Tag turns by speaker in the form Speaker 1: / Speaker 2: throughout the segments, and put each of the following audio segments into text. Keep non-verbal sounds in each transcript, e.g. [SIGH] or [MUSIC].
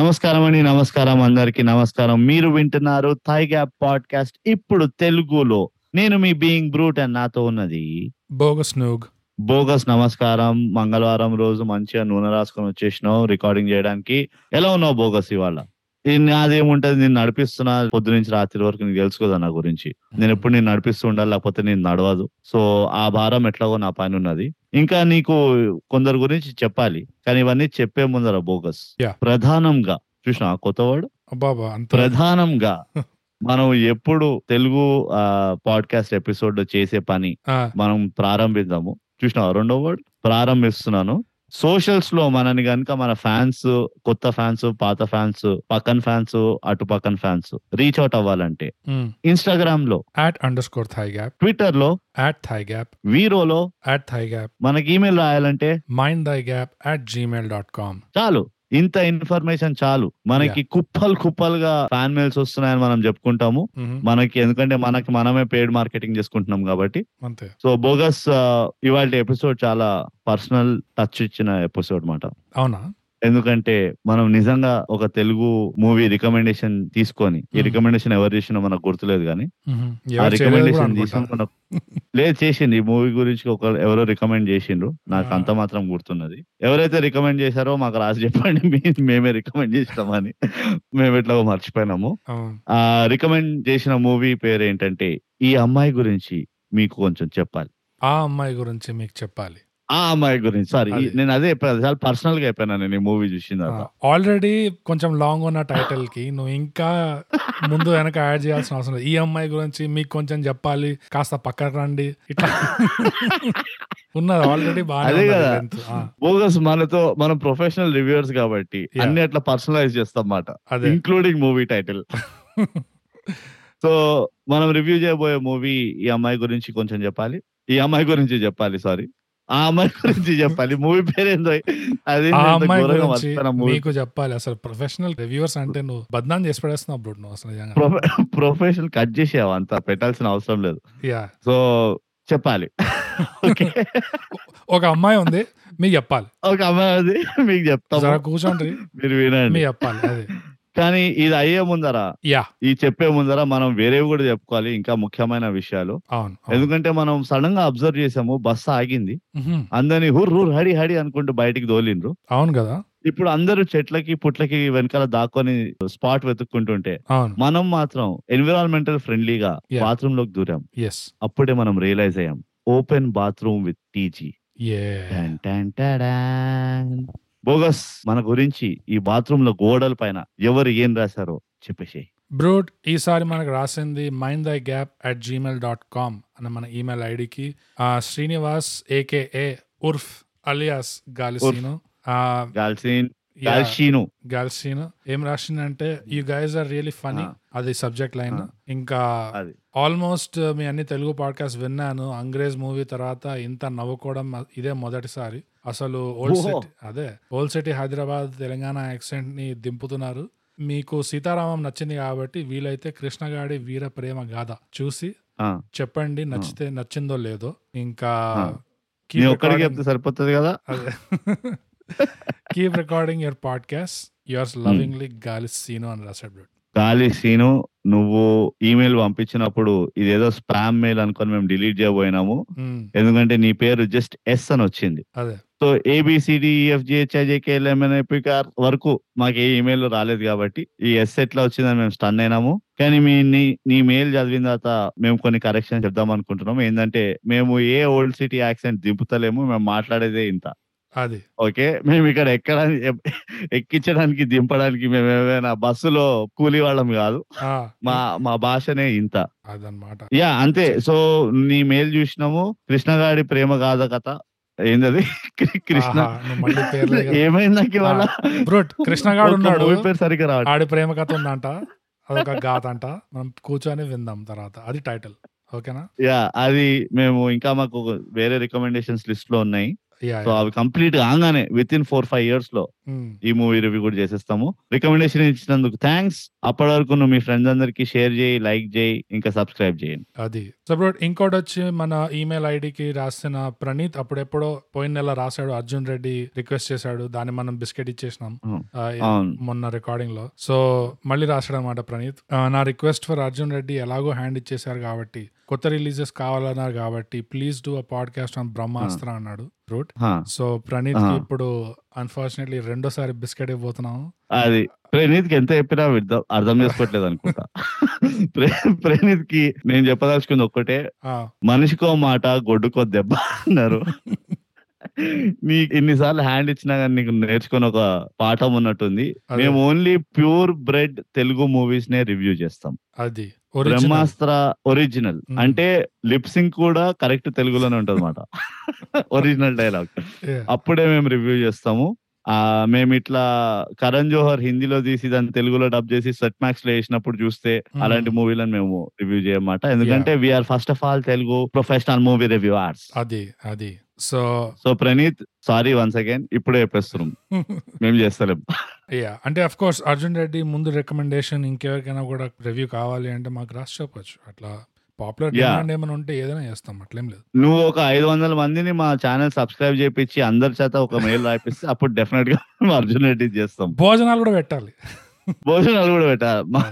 Speaker 1: నమస్కారం అండి నమస్కారం అందరికి నమస్కారం మీరు వింటున్నారు థై గ్యాప్ పాడ్కాస్ట్ ఇప్పుడు తెలుగులో నేను మీ బీయింగ్ బ్రూట్ అండ్ నాతో ఉన్నది
Speaker 2: బోగస్ నోగ్
Speaker 1: బోగస్ నమస్కారం మంగళవారం రోజు మంచిగా నూనె రాసుకొని వచ్చేసినావు రికార్డింగ్ చేయడానికి ఎలా ఉన్నావు బోగస్ ఇవాళ ఈ నాదేముంటది నేను నడిపిస్తున్నా పొద్దు నుంచి రాత్రి వరకు నీకు తెలుసు కదా నా గురించి నేను ఎప్పుడు నేను నడిపిస్తూ ఉండాలి లేకపోతే నేను నడవదు సో ఆ భారం ఎట్లాగో నా పైన ఉన్నది ఇంకా నీకు కొందరి గురించి చెప్పాలి కానీ ఇవన్నీ చెప్పే ముందర బోగస్
Speaker 2: Yeah.
Speaker 1: ప్రధానంగా చూసిన కొత్త వర్డ్
Speaker 2: బాబా అంత
Speaker 1: ప్రధానంగా మనం ఎప్పుడు తెలుగు పాడ్కాస్ట్ ఎపిసోడ్ చేసే పని
Speaker 2: ఆ,
Speaker 1: మనం ప్రారంభిద్దాము చూసినావా రెండో వర్డ్ ప్రారంభిస్తున్నాను సోషల్స్ లో మనని గనుక మన ఫ్యాన్స్ కొత్త ఫ్యాన్స్ పాత ఫ్యాన్స్ పక్కన ఫ్యాన్స్ అటు పక్కన ఫ్యాన్స్ రీచ్ అవుట్ అవ్వాలంటే
Speaker 2: మ్.
Speaker 1: ఇన్స్టాగ్రామ్ లో
Speaker 2: at under score thigh gap
Speaker 1: Twitter లో
Speaker 2: యాట్ థై గ్యాప్
Speaker 1: వీరోలో
Speaker 2: యాట్ థై గ్యాప్
Speaker 1: మనకి ఈమెయిల్ రాయాలంటే
Speaker 2: mind thigh gap at Gmail dot com
Speaker 1: చాలు ఇంత ఇన్ఫర్మేషన్ చాలు మనకి కుప్పలు కుప్పలుగా ఫ్యాన్ మెయిల్స్ వస్తున్నాయని మనం చెప్పుకుంటాము మనకి ఎందుకంటే మనకి మనమే పెయిడ్ మార్కెటింగ్ చేసుకుంటున్నాం కాబట్టి
Speaker 2: అంతే
Speaker 1: సో బోగస్ ఇవాళ ఎపిసోడ్ చాలా పర్సనల్ టచ్ ఇచ్చిన ఎపిసోడ్ మాట
Speaker 2: అవునా
Speaker 1: ఎందుకంటే మనం నిజంగా ఒక తెలుగు మూవీ రికమెండేషన్ తీసుకొని ఈ
Speaker 2: Hmm.
Speaker 1: రికమెండేషన్ ఎవరు చేసినా మనకు గుర్తులేదు కానీ
Speaker 2: మ్మ్.
Speaker 1: ఆ
Speaker 2: ఎవరు చేయలేదు కూడా
Speaker 1: రికమెండేషన్
Speaker 2: అనుకుంటా.
Speaker 1: తీసాం మనకు లేదు చేసింది ఈ మూవీ గురించి ఒక ఎవరో రికమెండ్ చేసిండ్రు నాకు
Speaker 2: Ah.
Speaker 1: అంత మాత్రం గుర్తున్నది ఎవరైతే రికమెండ్ చేశారో మాకు రాసి చెప్పండి మీ- మేమే రికమెండ్ చేస్తామని మేము ఎట్లాగో మర్చిపోయినాము
Speaker 2: అవును.
Speaker 1: ఆ రికమెండ్ చేసిన మూవీ పేరు ఏంటంటే ఈ అమ్మాయి గురించి మీకు కొంచెం చెప్పాలి
Speaker 2: ఆ అమ్మాయి గురించి మీకు చెప్పాలి
Speaker 1: ఆ అమ్మాయి గురించి సారీ
Speaker 2: అదే.
Speaker 1: నేను అదే చెప్పాను. చాలా పర్సనల్ గా అయిపోయినా నేను ఈ మూవీ చూసిన తర్వాత
Speaker 2: ఆల్రెడీ కొంచెం లాంగ్ ఉన్న టైటిల్ కి నువ్వు ఇంకా ముందు వెనక యాడ్ చేయాల్సిన అవసరం లేదు ఈ అమ్మాయి గురించి మీకు కొంచెం చెప్పాలి కాస్త పక్కకు రండి ఇట్లా [LAUGHS] ఉన్నది ఆల్రెడీ
Speaker 1: అదే
Speaker 2: బాగానే
Speaker 1: కదా.
Speaker 2: ఉన్నది length. ఆ,
Speaker 1: బోగస్ మనతో మనం ప్రొఫెషనల్ రివ్యూవర్స్ కాబట్టి
Speaker 2: Yeah.
Speaker 1: అన్ని అట్లా పర్సనలైజ్ చేస్తాం మాట
Speaker 2: అదే
Speaker 1: ఇంక్లూడింగ్ మూవీ
Speaker 2: [LAUGHS]
Speaker 1: టైటిల్ సో మనం రివ్యూ చేయబోయే మూవీ ఈ అమ్మాయి గురించి కొంచెం చెప్పాలి ఈ అమ్మాయి గురించి చెప్పాలి సారీ ఆ అమ్మాయి గురించి చెప్పాలి మూవీ పేరు ఏందో అది
Speaker 2: ఆ
Speaker 1: నేను ఇంత
Speaker 2: అమ్మాయి
Speaker 1: ఘోరంగా
Speaker 2: గురించి
Speaker 1: మర్చిపోయిన మూవీ
Speaker 2: మీకు చెప్పాలి అసలు ప్రొఫెషనల్ రివ్యూవర్స్ అంటే నువ్వు బద్నాం చేసి పడేస్తున్నావు బ్రూట్ నువ్వు అసలు నిజంగా.
Speaker 1: ప్రొఫెషనల్ కట్ చేసేవా అంత పెట్టాల్సిన అవసరం లేదు
Speaker 2: యా
Speaker 1: సో
Speaker 2: [LAUGHS]
Speaker 1: చెప్పాలి ఓకే
Speaker 2: ఒక అమ్మాయి ఉంది మీకు చెప్పాలి
Speaker 1: ఒక అమ్మాయి అది మీకు
Speaker 2: జర
Speaker 1: చెప్తాము
Speaker 2: కూర్చోండి
Speaker 1: మీరు వినండి
Speaker 2: మీకు చెప్పాలి అదే
Speaker 1: కానీ ఇది అయ్యే ముందర
Speaker 2: యా
Speaker 1: ఈ చెప్పే ముందర మనం వేరేవి కూడా చెప్పుకోవాలి ఇంకా ముఖ్యమైన విషయాలు
Speaker 2: అవును అవును.
Speaker 1: ఎందుకంటే మనం సడన్ గా అబ్జర్వ్ చేసాము బస్సు ఆగింది
Speaker 2: మ్హూ.
Speaker 1: అందరినీ హుర్ హుర్ హడి హడి అనుకుంటూ బయటికి దోలిండ్రు
Speaker 2: అవును కదా
Speaker 1: ఇప్పుడు అందరూ చెట్లకి పుట్లకి వెనకాల దాక్కొని స్పాట్ వెతుక్కుంటుంటే
Speaker 2: అవును
Speaker 1: మనం మాత్రం ఎన్విరాన్మెంటల్ ఫ్రెండ్లీగా
Speaker 2: Yeah.
Speaker 1: బాత్రూమ్ లోకి దూరాం
Speaker 2: ఎస్
Speaker 1: అప్పుడే మనం రియలైజ్ అయ్యాం ఓపెన్ బాత్రూమ్ విత్ టీజీ
Speaker 2: ఏ
Speaker 1: టన్ టన్ టడాన్. బోగస్ మన గురించి ఈ బాత్రూమ్ లో గోడల పైన ఎవరు ఏం రాశారో చెప్పేసి
Speaker 2: బ్రూట్ ఈసారి మనకు రాసింది మైండ్ దై gap at Gmail dot com అన్న మన ఈమెయిల్ ఐడికి ఆ, శ్రీనివాస్ ఏకేఏ ఉర్ఫ్ అలియాస్ గాలిసీను ఆ,
Speaker 1: గాల్సిన్
Speaker 2: యా,
Speaker 1: గాల్షీను
Speaker 2: గాలిసీను ఏం రాసిందంటే you guys are really funny
Speaker 1: ఆ.
Speaker 2: అది సబ్జెక్ట్ లైన్
Speaker 1: ఆ.
Speaker 2: ఇంకా
Speaker 1: అది
Speaker 2: ఆల్మోస్ట్ మీ అన్ని తెలుగు పాడ్కాస్ట్ విన్నాను అంగ్రేజ్ మూవీ తర్వాత ఇంత నవ్వుకోవడం ఇదే మొదటిసారి అసలు ఓల్డ్
Speaker 1: ఓహో.
Speaker 2: సిటీ అదే old city Hyderabad Telangana accent ని దింపుతున్నారు మీకు సీతారామం నచ్చింది కాబట్టి వీలైతే కృష్ణగాడి వీర ప్రేమ గాథ చూసి
Speaker 1: ఆ.
Speaker 2: చెప్పండి నచ్చితే నచ్చిందో లేదో ఇంకా
Speaker 1: ఆ.
Speaker 2: keep
Speaker 1: నేను ఒక్కడికి
Speaker 2: recording-
Speaker 1: చెప్తే సరిపోతుంది కదా
Speaker 2: అదే keep recording your podcast yours lovingly గాలి సీను అని రాశాడు బ్రో.
Speaker 1: గాలి సీను నువ్వు ఈమెయిల్ పంపించినప్పుడు ఇదేదో స్పామ్ మెయిల్ అనుకొని మేము డిలీట్ చేయబోయినాము
Speaker 2: మ్మ్.
Speaker 1: ఎందుకంటే నీ పేరు జస్ట్ ఎస్ అని వచ్చింది
Speaker 2: అదే
Speaker 1: సో ఏబిసిడిఎఫ్జిహెచ్ఐజేకేఎల్ఎంఎన్ఐపిఆర్ వరకు మాకు ఏ ఈమెయిల్ రాలేదు కాబట్టి ఈ ఎస్ ఎట్లా వచ్చిందని మేము స్టన్ అయినాము కానీ మీ నీ నీ మెయిల్ చదివిన తర్వాత మేము కొన్ని కరెక్షన్ చెప్దాం అనుకుంటున్నాం ఏంటంటే మేము ఏ ఓల్డ్ సిటీ యాక్సెంట్ దింపుతలేము మేము మాట్లాడేదే ఇంత
Speaker 2: అది
Speaker 1: ఓకే మేము ఇక్కడ ఎక్కడానికి ఎక్కించడానికి దింపడానికి మేము ఏమైనా బస్సులో కూలి వాళ్ళం కాదు
Speaker 2: ఆ,
Speaker 1: మా మా భాషనే ఇంత
Speaker 2: అదన్నమాట
Speaker 1: యా అంతే సో నీ మెయిల్ చూసినాము కృష్ణగాడి ప్రేమ గాథ కథ ఏందది కృ- కృష్ణ
Speaker 2: ఆహా, నువ్వు మళ్ళీ పేర్లే కదా.
Speaker 1: ఏమైంది నాకు ఇవాళ
Speaker 2: బ్రోట్ కృష్ణగాడు
Speaker 1: ఒక్క
Speaker 2: ఉన్నాడు
Speaker 1: movie పేరు సరిగ్గా రావట్లేదు
Speaker 2: ఆడి ప్రేమ కథ ఉందంట అదొక గాథ అంట మనం కూర్చొని విందాం తర్వాత అది టైటిల్ ఓకేనా
Speaker 1: యా అది మేము ఇంకా మాకు వేరే రికమెండేషన్స్ లిస్ట్ లో ఉన్నాయి
Speaker 2: యా
Speaker 1: సో అవి కంప్లీట్ కాగానే with in four five years లో
Speaker 2: Hmm,
Speaker 1: ఈ మూవీ రివ్యూ కూడా చేసేస్తాము రికమెండేషన్ ఇచ్చినందుకు థ్యాంక్స్ అప్పటి వరకు నువ్వు మీ ఫ్రెండ్స్ అందరికి షేర్ చేయి లైక్ చేయి ఇంకా సబ్స్క్రైబ్ చేయండి
Speaker 2: అది సపోర్ట్ ఇంకోటి వచ్చి మన ఈమెయిల్ ఐడికి రాసిన ప్రణీత్ అప్పుడెప్పుడో పోయిన నెల రాశాడు అర్జున్ రెడ్డి రిక్వెస్ట్ చేశాడు దాన్ని మనం బిస్కెట్ ఇచ్చేసినాం
Speaker 1: అవును.
Speaker 2: ఆ,
Speaker 1: అవును
Speaker 2: మొన్న రికార్డింగ్ లో సో మళ్ళీ రాశాడు అనమాట ప్రణీత్ ఆ, నా రిక్వెస్ట్ ఫర్ అర్జున్ రెడ్డి ఎలాగో హ్యాండ్ ఇచ్చేశారు కాబట్టి కొత్త రిలీజెస్ కావాలన్నారు కాబట్టి please do a podcast on Brahmastra అన్నాడు రూట్
Speaker 1: హా,
Speaker 2: సో ప్రణీత్ కి
Speaker 1: ఆ.
Speaker 2: ఇప్పుడు అన్ఫార్చునేట్లీ రెండోసారి బిస్కెట్ ఇవ్వబోతున్నాము
Speaker 1: అది ప్రణీత్ కి ఎంత చెప్పినా విర్థ- అర్థం చేసుకోవట్లేదు అనుకుంటా ప్రే- ప్రణీత్ కి నేను చెప్పదలుచుకుంది ఒక్కటే
Speaker 2: ఆ,
Speaker 1: మనిషికో మాట గొడ్డుకో దెబ్బ అన్నారు నీ ఇన్నిసార్లు హ్యాండ్ ఇచ్చినా కానీ నీకు నేర్చుకుని ఒక పాఠం ఉన్నట్టుంది
Speaker 2: అదే.
Speaker 1: మేము only pure bread Telugu movies నే రివ్యూ చేస్తాం
Speaker 2: అది ఒరిజినల్
Speaker 1: బ్రహ్మాస్త్ర ఒరిజినల్
Speaker 2: Hmm.
Speaker 1: అంటే లిప్సింగ్ కూడా కరెక్ట్ తెలుగులోనే ఉంటుంది అనమాట ఒరిజినల్ డైలాగ్ అప్పుడే మేము రివ్యూ చేస్తాము ఆ మేము ఇట్లా కరణ్ జోహర్ హిందీలో తీసి దాన్ని తెలుగులో డబ్ చేసి సెట్ మ్యాక్స్ లో వేసినప్పుడు చూస్తే
Speaker 2: Hmm.
Speaker 1: అలాంటి మూవీలను మేము రివ్యూ చేయమాట ఎందుకంటే we are first of all Telugu professional movie review arts
Speaker 2: అది అది [LAUGHS] so
Speaker 1: so Praneeth sorry once again ఇప్పుడే చెప్పేస్తున్నాం మేము చేస్తలేం
Speaker 2: యా అంటే అఫ్ కోర్స్ అర్జున్ రెడ్డి ముందు రికమెండేషన్ ఇంకెవరికైనా కూడా రివ్యూ కావాలి అంటే మాకు రాసి చెప్పొచ్చు అట్లా పాపులర్
Speaker 1: Yeah.
Speaker 2: డిమాండ్ ఏమైనా ఉంటే ఏదైనా చేస్తాం అట్లేం లేదు
Speaker 1: నువ్వు ఒక ఐదు వందల మందిని మా ఛానల్ సబ్స్క్రైబ్ చేపించి అందరి చేత ఒక మెయిల్ రాయిపిస్తే అప్పుడు డెఫినెట్ గా మేము [LAUGHS] అర్జున్ రెడ్డి చేస్తాం
Speaker 2: భోజనాలు కూడా పెట్టాలి
Speaker 1: భోజనాలు కూడా పెట్టాలి మా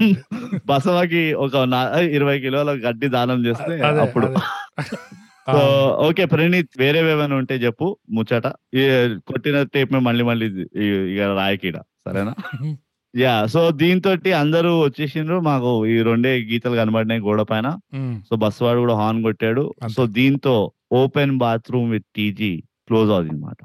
Speaker 1: బసవకి ఒక నా- ఇరవై కిలోల గడ్డి దానం
Speaker 2: [LAUGHS]
Speaker 1: చేస్తే
Speaker 2: అదే,
Speaker 1: అప్పుడు
Speaker 2: అదే. [LAUGHS] ఆ,
Speaker 1: సో ఓకే ప్రణీత్ వేరే ఏమైనా ఉంటే చెప్పు ముచ్చట ఈ కొట్టిన టేప్ మళ్ళీ మళ్ళీ ఇది- ఈ- ఇక రాయకీడ సరేనా యా సో దీంతో అందరూ వచ్చేసిండ్రు మాకు ఈ రెండే గీతలు కనబడినాయి గోడ పైన
Speaker 2: ఉమ్,
Speaker 1: సో బస్ వాడు కూడా హార్న్ కొట్టాడు
Speaker 2: అంతే.
Speaker 1: సో దీంతో open bathroom with TG close అవుతుంది అనమాట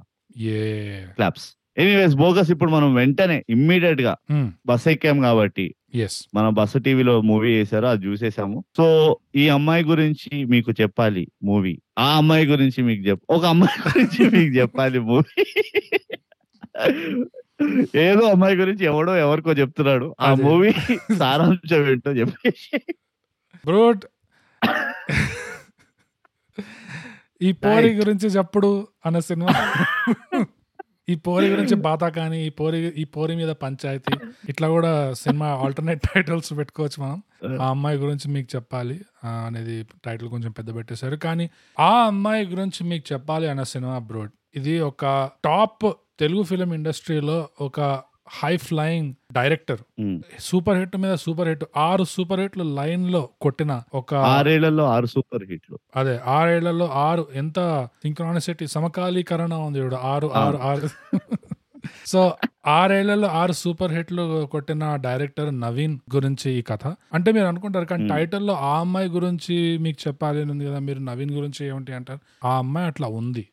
Speaker 2: ఏ
Speaker 1: క్లాప్స్ ఎనీవేస్ బోగస్ ఇప్పుడు మనం వెంటనే ఇమ్మీడియట్ గా
Speaker 2: mm,
Speaker 1: బస్ ఎక్కాం కాబట్టి
Speaker 2: ఎస్
Speaker 1: మనం బస్సు టీవీలో మూవీ వేశారు అది చూసేసాము సో ఈ అమ్మాయి గురించి మీకు చెప్పాలి మూవీ ఆ అమ్మాయి గురించి మీకు చెప్ ఒక అమ్మాయి [LAUGHS] గురించి మీకు చెప్పాలి మూవీ ఏదో అమ్మాయి గురించి ఎవడో ఎవరికో చెప్తున్నాడు ఆ
Speaker 2: అదే.
Speaker 1: మూవీ సారాంశం ఏంటో చెప్పేసి
Speaker 2: బ్రోట్ ఈ పోరి
Speaker 1: Right.
Speaker 2: గురించి చెప్పుడు అన్న సినిమా ఈ పోరి గురించి బాధ కానీ ఈ పోరి ఈ పోరి మీద పంచాయతీ ఇట్లా కూడా సినిమా ఆల్టర్నేట్ టైటిల్స్ పెట్టుకోవచ్చు మనం ఆ అమ్మాయి గురించి మీకు చెప్పాలి ఆ, అనేది టైటిల్ కొంచెం పెద్ద పెట్టేశారు కానీ ఆ అమ్మాయి గురించి మీకు చెప్పాలి అన్న సినిమా బ్రోడ్ ఇది ఒక టాప్ తెలుగు ఫిలిం ఇండస్ట్రీలో ఒక హై ఫ్లయింగ్ డైరెక్టర్
Speaker 1: ఉమ్.
Speaker 2: సూపర్ హిట్ మీద సూపర్ హిట్ ఆరు సూపర్ హిట్లు లైన్ లో కొట్టిన ఒక
Speaker 1: ఆరేళ్లలో ఆరు సూపర్ హిట్లు
Speaker 2: అదే ఆరేళ్లలో ఆరు ఎంత సింక్రానిసిటీ సమకాలీకరణ ఉంది చూడు ఆరు ఆరు ఆరు [LAUGHS] సో ఆరేళ్లలో ఆరు సూపర్ హిట్లు కొట్టిన డైరెక్టర్ నవీన్ గురించి ఈ కథ అంటే మీరు అనుకుంటారు కానీ
Speaker 1: Hmm.
Speaker 2: టైటిల్లో ఆ అమ్మాయి గురించి మీకు చెప్పాలి అని ఉంది కదా మీరు నవీన్ గురించి ఏమిటి అంటారు ఆ అమ్మాయి అట్లా ఉంది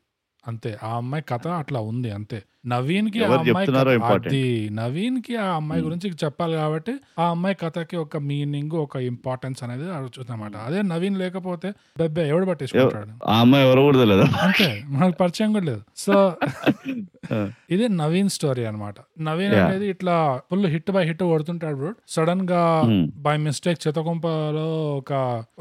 Speaker 2: అంతే ఆ అమ్మాయి కథ అట్లా ఉంది అంతే నవీన్ కి ఆ
Speaker 1: ఎవరు
Speaker 2: అమ్మాయి
Speaker 1: చెప్తున్నారో
Speaker 2: కథ-
Speaker 1: important.
Speaker 2: అది నవీన్ కి ఆ అమ్మాయి
Speaker 1: Hmm.
Speaker 2: గురించి చెప్పాలి కాబట్టి ఆ అమ్మాయి కథకి ఒక మీనింగ్ ఒక ఇంపార్టెన్స్ అనేది అడుగుతుందన్నమాట అదే నవీన్ లేకపోతే బెబ్బే ఎవడు పట్టించుకుంటాడు
Speaker 1: ఆ అమ్మాయి ఎవరు కూడా తెలియదు
Speaker 2: అంతే మనకు పరిచయం కూడా లేదు సో
Speaker 1: [LAUGHS] ఆ.
Speaker 2: ఇది నవీన్ స్టోరీ అన్నమాట నవీన్
Speaker 1: Yeah.
Speaker 2: అనేది ఇట్లా ఫుల్ హిట్ బై హిట్ కొడుతుంటాడు బ్రో సడన్ గా
Speaker 1: ఉమ్.
Speaker 2: బై మిస్టేక్ చితకుంపలో ఒక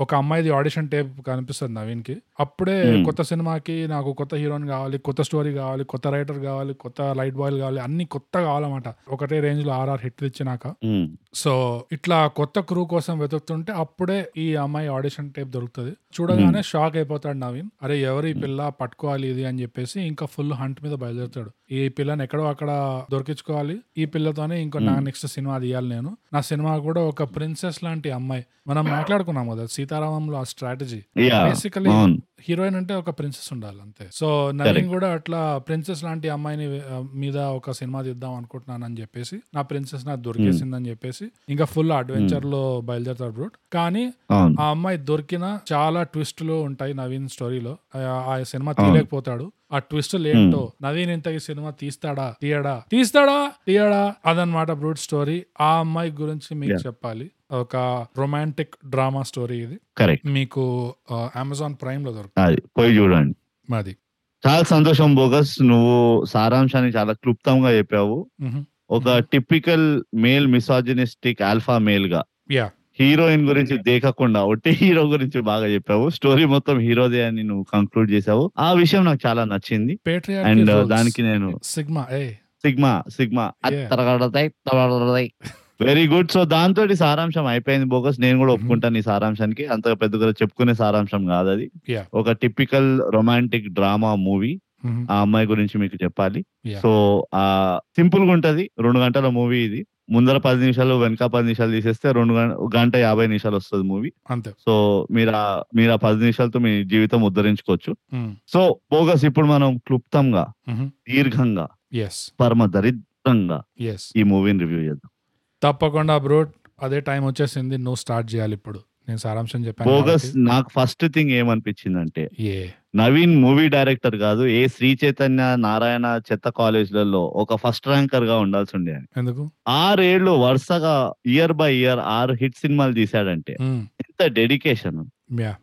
Speaker 2: ఒక అమ్మాయిది ఆడిషన్ టేప్ కనిపిస్తుంది నవీన్ కి అప్పుడే
Speaker 1: Hmm.
Speaker 2: కొత్త సినిమాకి నాకు కొత్త హీరోయిన్ కావాలి కొత్త స్టోరీ కావాలి కొత్త రైటర్ కావాలి కొత్త లైట్ బాయ్ కావాలి అన్ని కొత్త కావాలన్నమాట ఒకటే రేంజ్ లో ఆర్ఆర్ హిట్ ఇచ్చినాక
Speaker 1: ఉమ్.
Speaker 2: సో ఇట్లా కొత్త క్రూ కోసం వెతుకుతుంటే అప్పుడే ఈ అమ్మాయి ఆడిషన్ టేప్ దొరుకుతుంది చూడగానే షాక్ అయిపోతాడు నవీన్ అరే ఎవరు ఈ పిల్ల పట్టుకోవాలి ఇది అని చెప్పేసి ఇంకా ఫుల్ హంట్ మీద బయలుదేరుతాడు ఈ పిల్లని ఎక్కడో అక్కడ దొరికించుకోవాలి ఈ పిల్లతోనే ఇంకో నా నెక్స్ట్ సినిమా తీయాలి నేను నా సినిమా కూడా ఒక ప్రిన్సెస్ లాంటి అమ్మాయి మనం మాట్లాడుకున్నాం కదా సీతారామంలో ఆ స్ట్రాటజీ
Speaker 1: యా
Speaker 2: బేసికలీ
Speaker 1: అవును
Speaker 2: హీరోయిన్ అంటే ఒక ప్రిన్సెస్ ఉండాలి అంతే సో నవీన్ కూడా అట్లా ప్రిన్సెస్ లాంటి అమ్మాయిని ఆ, మీద ఒక సినిమా తీద్దాం అనుకుంటున్నాను అని చెప్పేసి నా ప్రిన్సెస్ నాకు దొరికేసింది అని చెప్పేసి ఇంకా ఫుల్ అడ్వెంచర్ లో బయలుదేరతాడు బ్రూట్ కానీ
Speaker 1: అవును
Speaker 2: ఆ అమ్మాయి దొరికిన చాలా ట్విస్టులు ఉంటాయి నవీన్ స్టోరీలో ఆ- ఆ సినిమా తీయలేకపోతాడు ఆ ట్విస్ట్ ఏంటో నవీన్ ఇంత ఈ సినిమా తీస్తాడా తీయడా తీస్తాడా తీయడా అదనమాట బ్రూట్ స్టోరీ ఆ అమ్మాయి గురించి మీకు
Speaker 1: Yeah.
Speaker 2: చెప్పాలి ఒక రొమాంటిక్ డ్రామా స్టోరీ ఇది
Speaker 1: కరెక్ట్
Speaker 2: మీకు అమెజాన్ ప్రైమ్ లో దొరుకుతుంది
Speaker 1: అది పోయి చూడండి
Speaker 2: మాది
Speaker 1: చాలా సంతోషం బోగస్ నువ్వు సారాంశాన్ని చాలా క్లుప్తంగా చెప్పావు
Speaker 2: మ్హూ.
Speaker 1: ఒక typical male misogynistic alpha male గా
Speaker 2: Yeah.
Speaker 1: హీరోయిన్ గురించి దేకకుండా ఒట్టి హీరో గురించి బాగా చెప్పావు స్టోరీ మొత్తం హీరోదే అని నువ్వు కంక్లూడ్ చేసావు ఆ విషయం నాకు చాలా నచ్చింది అండ్ దానికి నేను
Speaker 2: sigma a
Speaker 1: sigma sigma
Speaker 2: Yeah.
Speaker 1: Very good so దాంతో సారాంశం అయిపోయింది బోకస్ నేను కూడా ఒప్పుకుంటాను ఈ సారాంశానికి అంత పెద్దగా చెప్పుకునే సారాంశం కాదు అది
Speaker 2: Yeah.
Speaker 1: ఒక టిపికల్ రొమాంటిక్ డ్రామా మూవీ ఆ అమ్మాయి గురించి మీకు చెప్పాలి
Speaker 2: Yeah.
Speaker 1: సో ఆ సింపుల్ గా ఉంటది రెండు గంటల మూవీ ఇది ముందర పది నిమిషాలు వెనక పది నిమిషాలు తీసేస్తే రెండు గం- గంట యాభై నిమిషాలు వస్తుంది మూవీ
Speaker 2: అంతే
Speaker 1: సో మీరు ఆ మీరు ఆ పది నిమిషాలతో మీ జీవితం ఉద్ధరించుకోవచ్చు
Speaker 2: మ్మ్.
Speaker 1: సో బోగస్ ఇప్పుడు మనం క్లుప్తంగా
Speaker 2: మ్మ్.
Speaker 1: దీర్ఘంగా
Speaker 2: ఎస్
Speaker 1: పరమ దరిద్రంగా
Speaker 2: ఎస్
Speaker 1: ఈ మూవీని రివ్యూ చేద్దాం
Speaker 2: తప్పకుండా బ్రో అదే టైం వచ్చేసింది నువ్వు స్టార్ట్ చేయాలి ఇప్పుడు నేను సారాంశం చెప్పాను
Speaker 1: బోగస్
Speaker 2: కాబట్టి.
Speaker 1: నాకు ఫస్ట్ థింగ్ ఏమనిపించిందంటే
Speaker 2: ఏ
Speaker 1: నవీన్ మూవీ డైరెక్టర్ కాదు ఏ శ్రీ చైతన్య నారాయణ చెత్త కాలేజీలలో ఒక ఫస్ట్ ర్యాంకర్ గా ఉండాల్సి ఉండే ఆయన.
Speaker 2: ఎందుకు
Speaker 1: ఆరేళ్లు వరుసగా ఇయర్ బై ఇయర్ ఆరు హిట్ సినిమాలు తీశాడంటే
Speaker 2: మ్మ్.
Speaker 1: ఎంత డెడికేషన్
Speaker 2: యా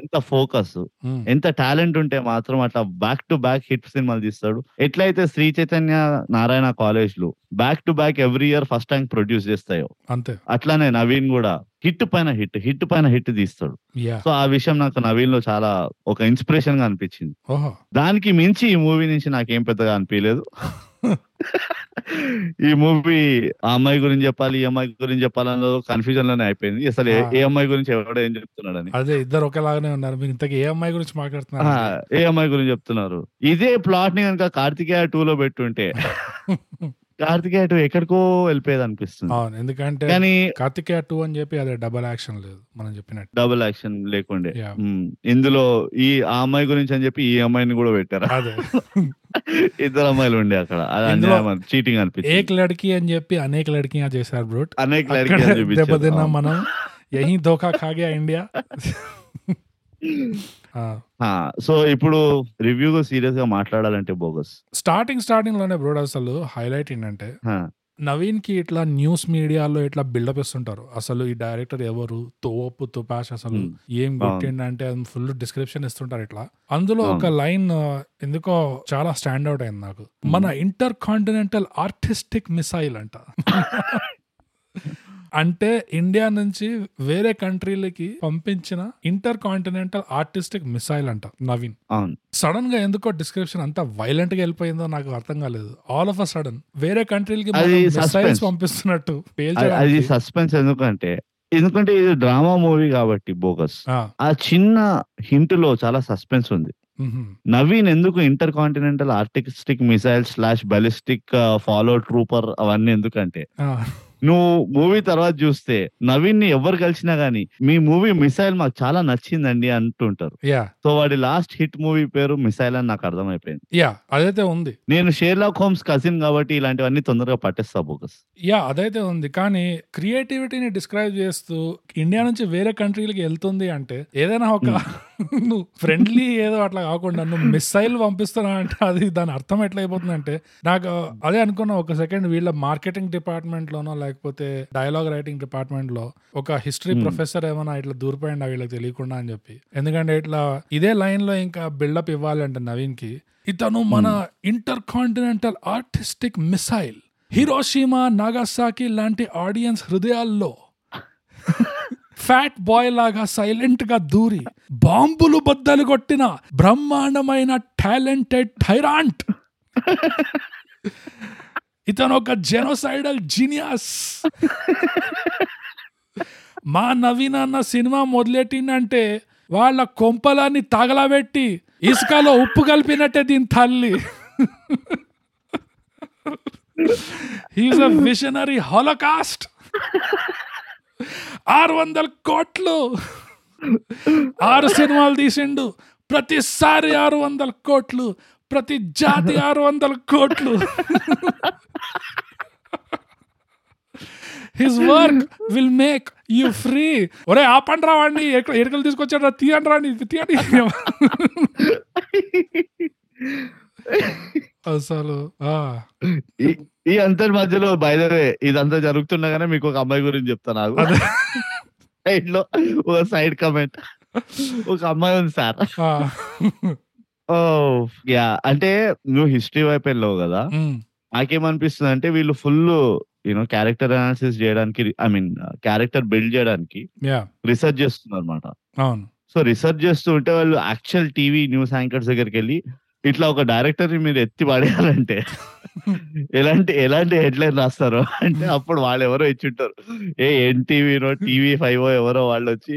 Speaker 1: ఎంత ఫోకస్
Speaker 2: మ్మ్.
Speaker 1: ఎంత టాలెంట్ ఉంటే మాత్రం అట్లా బ్యాక్ టు బ్యాక్ హిట్ సినిమాలు తీస్తాడు ఎట్లయితే శ్రీ చైతన్య నారాయణ కాలేజ్ లు back to back every year first rank produce చేస్తాయో
Speaker 2: అంతే
Speaker 1: అట్లానే నవీన్ కూడా హిట్ పైన హిట్ హిట్ పైన హిట్ తీస్తాడు
Speaker 2: యా
Speaker 1: సో ఆ విషయం నాకు నవీన్ లో చాలా ఒక ఇన్స్పిరేషన్ గా అనిపించింది
Speaker 2: ఓహో
Speaker 1: దానికి మించి ఈ మూవీ నుంచి నాకేం పెద్దగా
Speaker 2: [LAUGHS]
Speaker 1: అనిపించలేదు ఈ మూవీ ఆ అమ్మాయి గురించి చెప్పాలి ఈ అమ్మాయి గురించి చెప్పాలన్న కన్ఫ్యూజన్ లోనే అయిపోయింది అసలు ఏ- ఏ అమ్మాయి గురించి ఎవడో ఏం చెప్తున్నాడని
Speaker 2: అదే ఇద్దరు ఒకేలాగానే ఉన్నారు మీరు ఇంతకీ ఏ అమ్మాయి గురించి మాట్లాడుతున్నారు
Speaker 1: ఆ, ఏ అమ్మాయి గురించి చెప్తున్నారు ఇదే ప్లాట్ ని కనుక కార్తికేయ టూ లో పెట్టుంటే
Speaker 2: [LAUGHS]
Speaker 1: కార్తికేయ టూ ఎక్కడికో వెళ్ళిపోయేది అనిపిస్తుంది
Speaker 2: అవును ఎందుకంటే
Speaker 1: కానీ
Speaker 2: కార్తికేయ టూ అని చెప్పి అదే డబల్ యాక్షన్ లేదు మనం చెప్పినట్టు
Speaker 1: డబుల్ యాక్షన్ లేకుండే
Speaker 2: Yeah.
Speaker 1: ఉమ్, ఇందులో ఈ ఆ అమ్మాయి గురించి అని చెప్పి ఈ అమ్మాయిని కూడా
Speaker 2: [LAUGHS]
Speaker 1: పెట్టారు [LAUGHS]
Speaker 2: అదే
Speaker 1: ఇద్దరు అమ్మాయిలు ఉండే అక్కడ అది
Speaker 2: ఇందులో
Speaker 1: చీటింగ్
Speaker 2: ఏక్
Speaker 1: అనిపించింది
Speaker 2: లడ్కి అని చెప్పి అనేక లడ్కియా చేశారు బ్రోట్
Speaker 1: అనేక
Speaker 2: అక్కడ
Speaker 1: లైరికల్ చూపించారు.
Speaker 2: దెబ్బతిన్నా
Speaker 1: అవును.
Speaker 2: మనం యహీ దోకా ఖాగ్యా ఇండియా ఆ,
Speaker 1: ఆ, సో ఇప్పుడు రివ్యూ సీరియస్ గా మాట్లాడాలంటే బోగస్
Speaker 2: స్టార్టింగ్ స్టార్టింగ్ లోనే బ్రోడ్ అసలు హైలైట్ ఏంటంటే
Speaker 1: ఆ,
Speaker 2: నవీన్ కి ఇట్లా న్యూస్ మీడియాలో ఇట్లా బిల్డప్ ఇస్తుంటారు అసలు ఈ డైరెక్టర్ ఎవరు తోపు తుపాష్ అసలు
Speaker 1: Hmm.
Speaker 2: ఏం
Speaker 1: అవును.
Speaker 2: కొట్టిండంటే ఫుల్ డిస్క్రిప్షన్ ఇస్తుంటారు ఇట్లా అందులో ఒక
Speaker 1: అవును.
Speaker 2: లైన్ ఆ, ఎందుకో చాలా స్టాండ్ అవుట్ అయింది నాకు మన ఇంటర్ కాంటినెంటల్ ఆర్టిస్టిక్ మిసైల్ అంట అంటే ఇండియా నుంచి వేరే కంట్రీలకి పంపించిన ఇంటర్ కాంటినెంటల్ ఆర్టిస్టిక్ మిసైల్ అంట నవీన్
Speaker 1: అవును
Speaker 2: సడన్ గా ఎందుకో డిస్క్రిప్షన్ అంత వైలెంట్ గా వెళ్ళిపోయిందో నాకు అర్థం కాలేదు ఆల్ ఆఫ్ అ సడన్ వేరే కంట్రీలకి
Speaker 1: అది
Speaker 2: మిసైల్స్
Speaker 1: suspense.
Speaker 2: పంపిస్తున్నట్టు
Speaker 1: అది- అది
Speaker 2: పేల్చడానికి.
Speaker 1: సస్పెన్స్ ఎందుకంటే ఎందుకంటే ఇది డ్రామా మూవీ కాబట్టి బోగస్
Speaker 2: ఆ,
Speaker 1: ఆ చిన్న హింట్ లో చాలా సస్పెన్స్ ఉంది
Speaker 2: మ్హమ్.
Speaker 1: నవీన్ ఎందుకు intercontinental artistic missile slash ballistic follow trooper అవన్నీ ఎందుకంటే
Speaker 2: ఆ,
Speaker 1: నువ్వు మూవీ తర్వాత చూస్తే నవీన్ ని ఎవరు కలిసినా గానీ మీ మూవీ మిసైల్ మాకు చాలా నచ్చిందండి అంటుంటారు
Speaker 2: యా
Speaker 1: సో వాడి లాస్ట్ హిట్ మూవీ పేరు మిసైల్ అని నాకు అర్థమైపోయింది
Speaker 2: యా అదైతే ఉంది
Speaker 1: నేను షేర్లాక్ హోమ్స్ కజిన్ కాబట్టి ఇలాంటివన్నీ తొందరగా పట్టేస్తా బోగస్
Speaker 2: యా అదైతే ఉంది కానీ క్రియేటివిటీని డిస్క్రైబ్ చేస్తూ ఇండియా నుంచి వేరే కంట్రీలకి వెళ్తుంది అంటే ఏదైనా ఒక [LAUGHS] నువ్వు ఫ్రెండ్లీ ఏదో అట్లా కాకుండా నువ్వు మిస్సైల్ పంపిస్తున్నా అంటే అది దాని అర్థం ఎట్లా అయిపోతుందంటే నాకు అదే అనుకున్నా ఒక సెకండ్ వీళ్ళ మార్కెటింగ్ డిపార్ట్మెంట్ లోనో లేకపోతే డైలాగ్ రైటింగ్ డిపార్ట్మెంట్ లో ఒక హిస్టరీ
Speaker 1: Hmm.
Speaker 2: ప్రొఫెసర్ ఏమైనా ఇట్లా దూరిపోయింది వీళ్ళకి తెలియకుండా అని చెప్పి ఎందుకంటే ఇట్లా ఇదే లైన్ లో ఇంకా బిల్డప్ ఇవ్వాలి అంటే నవీన్ కి ఇతను మన intercontinental artistic missile Hiroshima Nagasaki లాంటి ఆడియన్స్ హృదయాల్లో ఫ్యాట్ బాయ్ లాగా సైలెంట్ గా దూరి బాంబులు బద్దలు కొట్టిన బ్రహ్మాండమైన టాలెంటెడ్ థైరాంట్ ఇతను ఒక జెనోసైడల్ జీనియస్ మా నవీన్ అన్న సినిమా మొదలెట్టిందంటే వాళ్ళ కొంపలాన్ని తగలబెట్టి ఇసుకలో ఉప్పు కలిపినట్టే దీని తల్లి హీఈస్ అ విషనరీ హోలోకాస్ట్ ఆరు వందల కోట్లు ఆరు సినిమాలు తీసిండు ప్రతిసారి ఆరు వందల కోట్లు ప్రతి జాతి ఆరు వందల కోట్లు his work will make you free ఒరే ఆపండి రావండి ఎక్కడ ఎడుకలు తీసుకొచ్చాడు తీయండి రాండి తీయండి అసలు ఆ,
Speaker 1: ఈ- ఈ అంతటి మధ్యలో బయలుదే ఇదంతా జరుగుతుండగానే మీకు ఒక అమ్మాయి గురించి చెప్తాను నాకు [LAUGHS]
Speaker 2: అదే.
Speaker 1: సైడ్ లో ఒక సైడ్ కమెంట్ ఒక అమ్మాయి ఉంది Oh, సార్
Speaker 2: ఆ.
Speaker 1: ఓ యా అంటే నువ్వు హిస్టరీ వైపు వెళ్ళావు కదా
Speaker 2: ఉమ్,
Speaker 1: నాకేమనిపిస్తుంది అంటే వీళ్ళు ఫుల్ యూనో క్యారెక్టర్ అనాలిసిస్ చేయడానికి ఐ మీన్ క్యారెక్టర్ బిల్డ్ చేయడానికి
Speaker 2: యా
Speaker 1: రీసెర్చ్ చేస్తున్నారు అనమాట
Speaker 2: అవును
Speaker 1: సో రీసెర్చ్ చేస్తూ ఉంటే వాళ్ళు యాక్చువల్ టీవీ న్యూస్ యాంకర్స్ దగ్గరికి వెళ్ళి ఇట్లా ఒక డైరెక్టర్ ని మీరు ఎత్తి పడేయాలంటే ఎలాంటి ఎలాంటి హెడ్లైన్ రాస్తారు అంటే అప్పుడు వాళ్ళు ఎవరో ఇచ్చుంటారు ఏ ఎన్టీవీనో టీవీ ఫైవ్ ఎవరో వాళ్ళు వచ్చి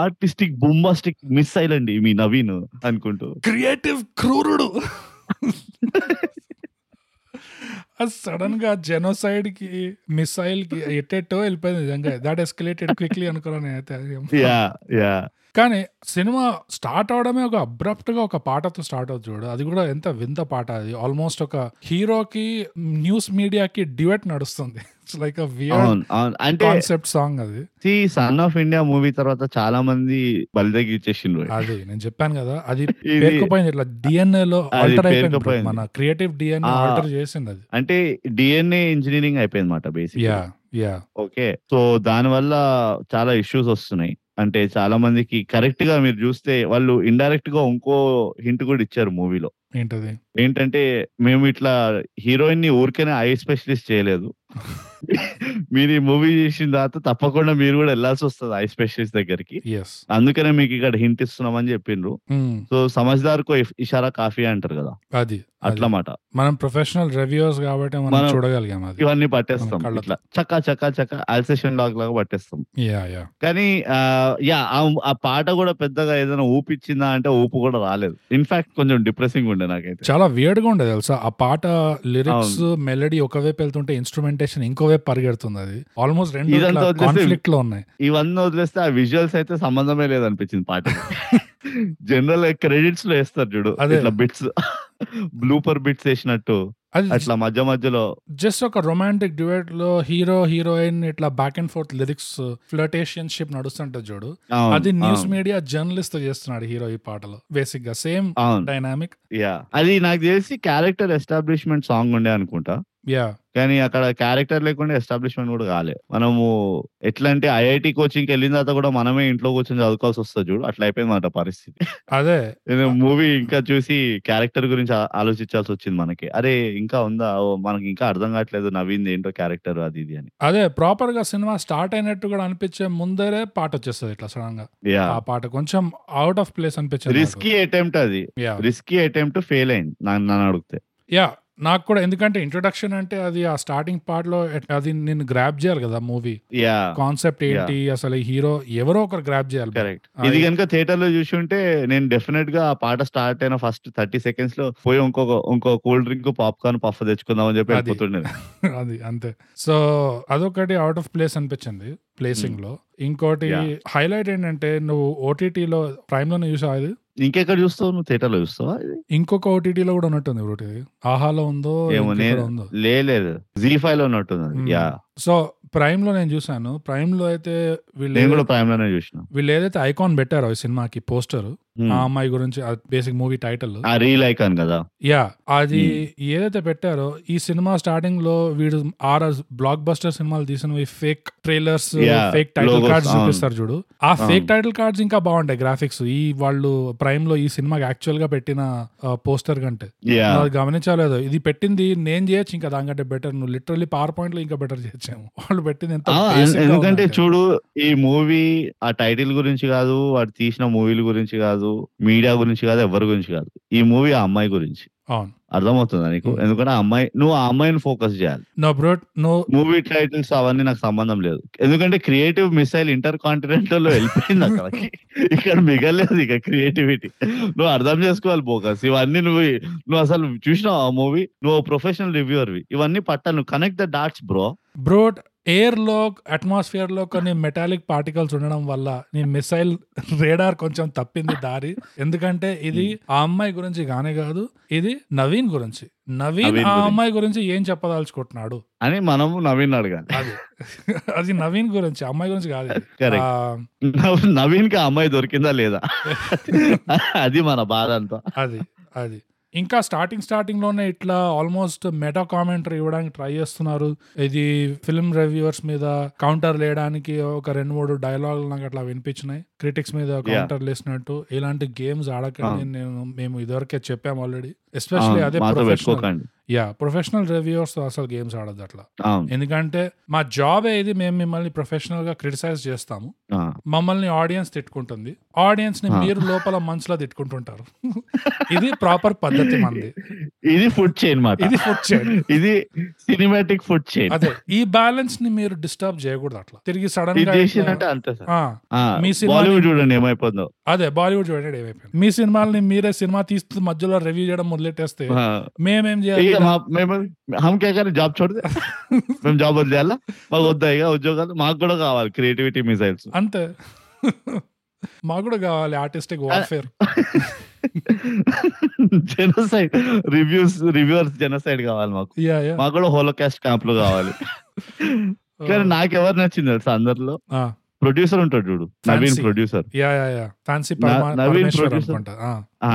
Speaker 1: ఆర్టిస్టిక్ బొమ్బాస్టిక్ మిస్ అయ్యండి మీ నవీన్ అనుకుంటూ
Speaker 2: క్రియేటివ్ క్రూరుడు సడన్ గా జెనోసైడ్ కి మిసైల్ కి ఎట్టెట్టో వెళ్ళిపోయింది నిజంగా దాట్ ఎస్కలేటెడ్ క్విక్లీ అనుకున్నాను నేనైతే అది.
Speaker 1: యా యా
Speaker 2: కానీ సినిమా స్టార్ట్ అవడమే ఒక అబ్రప్ట్ గా ఒక పాటతో స్టార్ట్ అవుతుంది చూడు అది కూడా ఎంత వింత పాట అది ఆల్మోస్ట్ ఒక హీరోకి న్యూస్ మీడియాకి డివెట్ నడుస్తుంది ఇట్స్ లైక్ అ వియర్
Speaker 1: అవును అవును అంటే
Speaker 2: కాన్సెప్ట్ సాంగ్ అది
Speaker 1: సన్ ఆఫ్ ఇండియా మూవీ తర్వాత చాలా మంది బలిదగ్గి ఇచ్చేసిండ్రు
Speaker 2: అది నేను చెప్పాను కదా అది
Speaker 1: ఇది-
Speaker 2: పేరుకుపోయింది ఇట్లా డిఎన్ఏ లో
Speaker 1: అది
Speaker 2: ఆల్టర్ అయిపోయింది ఇప్పుడు.
Speaker 1: పేరుకుపోయింది.
Speaker 2: మన క్రియేటివ్ డిఎన్ఏ
Speaker 1: ఆ.
Speaker 2: ఆల్టర్ చేసింది అది
Speaker 1: అంటే డిఎన్ఏ ఇంజనీరింగ్ అయిపోయింది మాట basic
Speaker 2: yeah yeah
Speaker 1: okay so దాని వల్ల చాలా ఇష్యూస్ వస్తున్నాయి అంటే చాలా మందికి కరెక్ట్ గా మీరు చూస్తే వాళ్ళు ఇండైరెక్ట్ గా ఇంకో హింట్ కూడా ఇచ్చారు మూవీలో
Speaker 2: ఏంటది
Speaker 1: ఏంటంటే మేము ఇట్లా హీరోయిన్ ని ఊరికేనే ఐ స్పెషలిస్ట్
Speaker 2: [LAUGHS]
Speaker 1: చేయలేదు మీరు ఈ మూవీ చేసిన తర్వాత తప్పకుండా మీరు కూడా వెళ్ళాల్సి వస్తుంది ఐ స్పెషలిస్ట్ దగ్గరికి
Speaker 2: ఎస్
Speaker 1: అందుకనే మీకు ఇక్కడ హింట్ ఇస్తున్నామని చెప్పిండ్రు సో సమజ్దార్కు ఇఫ్- ఇషారా కాఫీ అంటారు కదా
Speaker 2: Hmm. అది
Speaker 1: అట్లా
Speaker 2: అది.
Speaker 1: మాట
Speaker 2: మనం ప్రొఫెషనల్ రివ్యూస్ కాబట్టి మనం
Speaker 1: మనం-
Speaker 2: చూడగలిగాం అది
Speaker 1: ఇవన్నీ పట్టేస్తాం
Speaker 2: మన కళ్ళతో.
Speaker 1: ఇట్లా చక్క చక్క చక్క అల్సేషన్ డాగ్ లాగా పట్టేస్తాం
Speaker 2: యా యా
Speaker 1: కానీ ఆ, యా ఆ- ఆ పాట కూడా పెద్దగా ఏదైనా ఊపిచ్చిందా అంటే ఊపు కూడా రాలేదు ఇన్ఫాక్ట్ కొంచెం డిప్రెసింగ్ ఉండే నాకైతే
Speaker 2: చాలా వియర్డ్ గా ఉండేది తెలుసా ఆ పాట లిరిక్స్ మెలడీ ఒకవైపు వెళ్తుంటే ఇన్స్ట్రుమెంటేషన్ ఇంకోవైపు పరిగెడుతుంది అది ఆల్మోస్ట్
Speaker 1: ఇదంతా
Speaker 2: రెండు
Speaker 1: వదిలేసి-
Speaker 2: కాన్ఫ్లిక్ట్ లో ఉన్నాయి
Speaker 1: ఇవన్నీ వదిలేస్తే ఆ విజువల్స్ అయితే సంబంధమే లేదనిపించింది పాట జనరల్ క్రెడిట్స్ లో వేస్తారు చూడు
Speaker 2: అదే.
Speaker 1: ఇట్లా బిట్స్ బ్లూపర్ బిట్స్ వేసినట్టు
Speaker 2: అది
Speaker 1: అట్లా మధ్య మధ్యలో
Speaker 2: జస్ట్ ఒక రొమాంటిక్ డిబేట్ లో హీరో హీరోయిన్ ఇట్లా back and forth lyrics flirtationship నడుస్తుంటది చూడు
Speaker 1: అవును,
Speaker 2: అది న్యూస్
Speaker 1: అవును,
Speaker 2: మీడియా జర్నలిస్ట్ చేస్తున్నాడు హీరో ఈ పాటలో బేసిక్ గా సేమ్
Speaker 1: అవును
Speaker 2: డైనామిక్
Speaker 1: యా అది నాకు తెలిసి క్యారెక్టర్ ఎస్టాబ్లిష్మెంట్ సాంగ్ ఉండే అనుకుంటా
Speaker 2: యా
Speaker 1: కానీ అక్కడ క్యారెక్టర్ లేకుండా ఎస్టాబ్లిష్మెంట్ కూడా కాలే మనము ఎట్లా అంటే ఐఐటి కోచింగ్కి వెళ్ళిన తర్వాత కూడా మనమే ఇంట్లో కూర్చొని చదువుకోవాల్సి వస్తుంది చూడు అట్లా అయిపోయింది పరిస్థితి
Speaker 2: అదే
Speaker 1: నేను మూవీ ఇంకా చూసి క్యారెక్టర్ గురించి ఆ- ఆలోచించాల్సి వచ్చింది మనకి అరే ఇంకా ఉందా ఓ, మనకి ఇంకా అర్థం కావట్లేదు నవీన్ ఏంటో క్యారెక్టర్ అది ఇది అని
Speaker 2: అదే ప్రాపర్ గా సినిమా స్టార్ట్ అయినట్టు కూడా అనిపించే ముందరే పాట వచ్చేస్తుంది ఇట్లా సడన్ గా
Speaker 1: యా
Speaker 2: ఆ పాట కొంచెం అవుట్ ఆఫ్ ప్లేస్ అనిపించింది
Speaker 1: రిస్కీ అటెంప్ట్ అది రిస్కీ అటెంప్ట్ ఫెయిల్ అయింది నన్ను నన్ను అడిగితే
Speaker 2: యా నాకు కూడా ఎందుకంటే ఇంట్రొడక్షన్ అంటే అది ఆ స్టార్టింగ్ పార్ట్ లో ఎట్- అది నేను గ్రాప్ చేయాలి కదా మూవీ
Speaker 1: యా
Speaker 2: కాన్సెప్ట్ ఏంటి అసలు హీరో ఎవరో ఒకరు గ్రాప్ చేయాలి
Speaker 1: కరెక్ట్
Speaker 2: ఆ,
Speaker 1: ఇది
Speaker 2: [LAUGHS] ఇది-
Speaker 1: కనుక థియేటర్ లో చూసి ఉంటే నేను డెఫినెట్ గా ఆ పాట స్టార్ట్ అయిన ఫస్ట్ థర్టీ సెకండ్స్ లో పోయి ఇంకొక ఇంకో కూల్ డ్రింక్ పాప్కార్న్ పఫ్ తెచ్చుకుందాం అని చెప్పి
Speaker 2: అది.
Speaker 1: వెళ్ళిపోతుండేది
Speaker 2: అది అంతే సో అదొకటి అవుట్ ఆఫ్ ప్లేస్ అనిపించింది ప్లేసింగ్ లో ఇంకోటి
Speaker 1: Hmm. Yeah.
Speaker 2: హైలైట్ ఏంటంటే నువ్వు OTT లో ప్రైమ్ లోనే చూసావు అది
Speaker 1: ఇంకెక్కడ చూస్తావు నువ్వు థియేటర్ లో చూస్తావా ఇది?
Speaker 2: ఇంకొక OTT లో కూడా ఉన్నట్టుంది ఒకటి ఆహాలో ఉందో
Speaker 1: ఏమో
Speaker 2: ఇంకెక్కడో
Speaker 1: నేను-
Speaker 2: ఉందో
Speaker 1: లే లేదు జీ ఫైవ్ లో ఉన్నట్టుంది అది.
Speaker 2: మ్మ్.
Speaker 1: యా
Speaker 2: సో ప్రైమ్ లో నేను చూసాను ప్రైమ్ లో అయితే వీళ్ళు
Speaker 1: నేను కూడా ప్రైమ్ లోనే చూసిన
Speaker 2: వీళ్ళు ఏదైతే ఐకాన్ పెట్టారో ఈ సినిమాకి పోస్టర్
Speaker 1: మ్మ్.
Speaker 2: ఆ అమ్మాయి గురించి బేసిక్ మూవీ టైటిల్
Speaker 1: Hmm. ఆ రీల్ ఐకాన్ కదా
Speaker 2: యా అది
Speaker 1: Hmm.
Speaker 2: ఏదైతే పెట్టారో ఈ సినిమా స్టార్టింగ్ లో వీడు ఆర్ బ్లాక్ బస్టర్ సినిమాలు తీసినవి fake trailers
Speaker 1: Yeah, Hmm.
Speaker 2: Fake title
Speaker 1: logos,
Speaker 2: cards
Speaker 1: అవును.
Speaker 2: చూపిస్తారు చూడు ఆ
Speaker 1: అవును.
Speaker 2: ఫేక్ టైటిల్ కార్డ్స్ ఇంకా బాగుంటాయి గ్రాఫిక్స్ ఈ వాళ్ళు ప్రైమ్ లో ఈ సినిమాకి యాక్చువల్ గా పెట్టిన పోస్టర్ కంటే
Speaker 1: యా
Speaker 2: అది గమనించలేదు ఇది పెట్టింది నేను చేయొచ్చు ఇంకా దానికంటే బెటర్ నువ్వు లిటరల్లీ పవర్ పాయింట్ లో ఇంకా బెటర్ చేయొచ్చేమో [LAUGHS] వాళ్ళు పెట్టింది ఎంత
Speaker 1: ఆ,
Speaker 2: basic గా
Speaker 1: Ah, ఎందుకంటే
Speaker 2: ఉందంటే.
Speaker 1: చూడు ఈ మూవీ ఆ టైటిల్ గురించి కాదు వాడు తీసిన మూవీల గురించి కాదు మీడియా గురించి కాదు ఎవరి గురించి కాదు ఈ మూవీ ఆ అమ్మాయి గురించి
Speaker 2: అవును
Speaker 1: అర్థమవుతుందా నీకు
Speaker 2: మ్మ్.
Speaker 1: ఎందుకంటే ఆ అమ్మాయి నువ్వు ఆ అమ్మాయిని ఫోకస్ చేయాలి
Speaker 2: నో బ్రోట్ నువ్వు
Speaker 1: మూవీ టైటిల్స్ అవన్నీ నాకు సంబంధం లేదు ఎందుకంటే క్రియేటివ్ మిసైల్ ఇంటర్ కాంటినెంటల్ లో వెళ్ళిపోయింది అక్కడికి ఇక్కడ మిగలేదు ఇక క్రియేటివిటీ నువ్వు అర్థం చేసుకోవాలి బోకస్ ఇవన్నీ నువ్వు నువ్వు అసలు చూసినావు ఆ మూవీ నువ్వు ప్రొఫెషనల్ రివ్యూర్వి ఇవన్నీ పట్టాలి నువ్వు కనెక్ట్ ద డాట్స్ బ్రో
Speaker 2: బ్రోట్ ఎయిర్ లో అట్మాస్ఫియర్ లో కొన్ని మెటాలిక్ పార్టికల్స్ ఉండడం వల్ల నీ మిసైల్ రేడార్ కొంచెం తప్పింది దారి ఎందుకంటే ఇది ఆ అమ్మాయి గురించి కానే కాదు ఇది నవీన్ గురించి నవీన్
Speaker 1: నవీన్
Speaker 2: ఆ
Speaker 1: గురించి.
Speaker 2: అమ్మాయి గురించి ఏం చెప్పదలుచుకుంటున్నాడు
Speaker 1: అని మనము నవీన్ అడగాలి
Speaker 2: అది అది నవీన్ గురించి అమ్మాయి గురించి కాదు ఇది.
Speaker 1: కరెక్ట్
Speaker 2: ఆ,
Speaker 1: నవీన్ కి ఆ అమ్మాయి దొరికిందా లేదా అది మన బాధ అంతా
Speaker 2: అది అది ఇంకా స్టార్టింగ్ స్టార్టింగ్ లోనే ఇట్లా ఆల్మోస్ట్ మెటా కామెంటరీ ఇవ్వడానికి ట్రై చేస్తున్నారు ఇది ఫిల్మ్ రివ్యూవర్స్ మీద కౌంటర్ వేయడానికి ఒక రెండు మూడు డైలాగ్ నాకు అట్లా వినిపించినాయి క్రిటిక్స్ మీద కౌంటర్ వేసినట్టు ఇలాంటి గేమ్స్ ఆడకండి నేను మేము ఇదివరకే చెప్పాము ఆల్రెడీ ఎస్పెషల్లీ అదే
Speaker 1: Ah, మాతో
Speaker 2: ప్రొఫెషనల్
Speaker 1: పెట్టుకోకండి
Speaker 2: యా ప్రొఫెషనల్ రివ్యూస్ అసలు గేమ్స్ ఆడద్దు అట్లా
Speaker 1: అవును
Speaker 2: ఎందుకంటే మా జాబ్ ఇది మేము మిమ్మల్ని ప్రొఫెషనల్ గా క్రిటిసైజ్ చేస్తాము
Speaker 1: ఆ.
Speaker 2: మమ్మల్ని ఆడియన్స్ తిట్టుకుంటుంది ఆడియన్స్ ని
Speaker 1: ఆ.
Speaker 2: మీరు లోపల మనసులో తిట్టుకుంటుంటారు ఇది ప్రాపర్ పద్ధతి మంది
Speaker 1: ఇది ఫుడ్ చైన్ మాట
Speaker 2: ఇది food chain.
Speaker 1: ఇది సినిమాటిక్ ఫుడ్ చైన్
Speaker 2: అదే ఈ బ్యాలెన్స్ ని మీరు డిస్టర్బ్ చేయకూడదు అట్లా తిరిగి సడన్
Speaker 1: ఇది
Speaker 2: గా
Speaker 1: చేసిందంటే అంతే సార్
Speaker 2: ఆ,
Speaker 1: ఆ,
Speaker 2: మీ సినిమా-
Speaker 1: బాలీవుడ్ చూడండి ఏమైపోతుందో
Speaker 2: అదే బాలీవుడ్ చూడండి ఏమైపోయింది మీ సినిమాల్ని మీరే సినిమా తీస్తూ మధ్యలో రివ్యూ చేయడం మొదలెట్టేస్తే
Speaker 1: ఆ.
Speaker 2: మేమేం చేయాలి
Speaker 1: ఇక మా- మేము హమ్ క్యా కరే జాబ్
Speaker 2: [LAUGHS]
Speaker 1: చూడదే మేము జాబ్ వదిలేయాలా మాకు వద్దా ఇక ఉద్యోగాలు మాకు కూడా కావాలి క్రియేటివిటీ
Speaker 2: [LAUGHS]
Speaker 1: మిసైల్స్
Speaker 2: అంతే మాకు కూడా కావాలి artistic warfare
Speaker 1: genocide reviews reviewers genocide కావాలి మాకు
Speaker 2: యా యా
Speaker 1: మాకు కూడా హోలోకాస్ట్ క్యాంపులు
Speaker 2: [LAUGHS]
Speaker 1: కావాలి కానీ నాకెవరు నచ్చింది తెలుసా అందరిలో
Speaker 2: ఆ,
Speaker 1: ప్రొడ్యూసర్ ఉంటాడు చూడు Naveen
Speaker 2: Fancy.
Speaker 1: Producer
Speaker 2: yeah yeah yeah fancy
Speaker 1: నా- నవీన్ producer.
Speaker 2: అనుకుంటా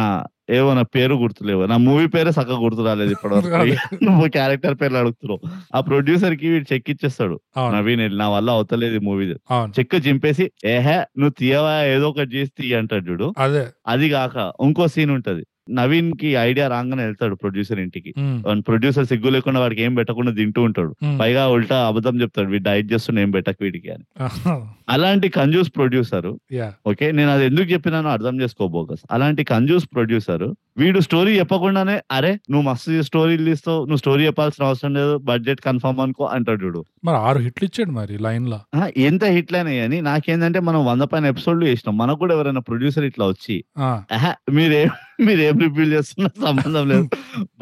Speaker 2: ఆ.
Speaker 1: ఏవో నా పేరు గుర్తులేవు నా మూవీ పేరే సక్క గుర్తు రాలేదు
Speaker 2: [LAUGHS] అదే.
Speaker 1: ఇప్పటివరకు నువ్వు క్యారెక్టర్ పేర్లు అడుగుతున్నావు ఆ ప్రొడ్యూసర్ కి వీడు చెక్ ఇచ్చేస్తాడు
Speaker 2: అవును
Speaker 1: నవీన్ నా వల్ల అవుతలేదు మూవీ
Speaker 2: అవును
Speaker 1: చెక్ చింపేసి ఏహే నువ్వు తీయవా ఏదో ఒకటి చేసి తీయ అంటాడు చూడు
Speaker 2: అదే
Speaker 1: అది కాక ఇంకో సీన్ ఉంటది నవీన్ కి ఐడియా రాగానే వెళ్తాడు ప్రొడ్యూసర్ ఇంటికి
Speaker 2: ఉమ్,
Speaker 1: ప్రొడ్యూసర్ సిగ్గు లేకుండా వాడికి ఏం పెట్టకుండా తింటూ ఉంటాడు
Speaker 2: ఉమ్.
Speaker 1: పైగా ఉల్టా అబద్ధం చెప్తాడు వీడు డైట్ చేస్తున్నా ఏం పెట్టకు వీడికి అని
Speaker 2: ఆహా, [LAUGHS]
Speaker 1: అలాంటి కంజూస్ ప్రొడ్యూసర్
Speaker 2: యా
Speaker 1: ఓకే నేను అది ఎందుకు చెప్పినానో అర్థం చేసుకోబోకస్ అలాంటి కంజూస్ ప్రొడ్యూసర్ వీడు స్టోరీ చెప్పకుండానే అరే నువ్వు మస్తు స్టోరీలు తీస్తావు నువ్వు స్టోరీ చెప్పాల్సిన అవసరం లేదు బడ్జెట్ కన్ఫర్మ్ అనుకో అంటాడు చూడు
Speaker 2: మరి ఆరు హిట్లు ఇచ్చాడు మరి లైన్ లో
Speaker 1: ఆ, ఎంత హిట్లు అయినాయి అని నాకేందంటే మనం వంద పైన ఎపిసోడ్లు చేసినాం మనకు కూడా ఎవరైనా ప్రొడ్యూసర్ ఇట్లా వచ్చి
Speaker 2: ఆ,
Speaker 1: "ఆహా, మీరే మీరేం రిపీల్ చేస్తున్న సంబంధం లేదు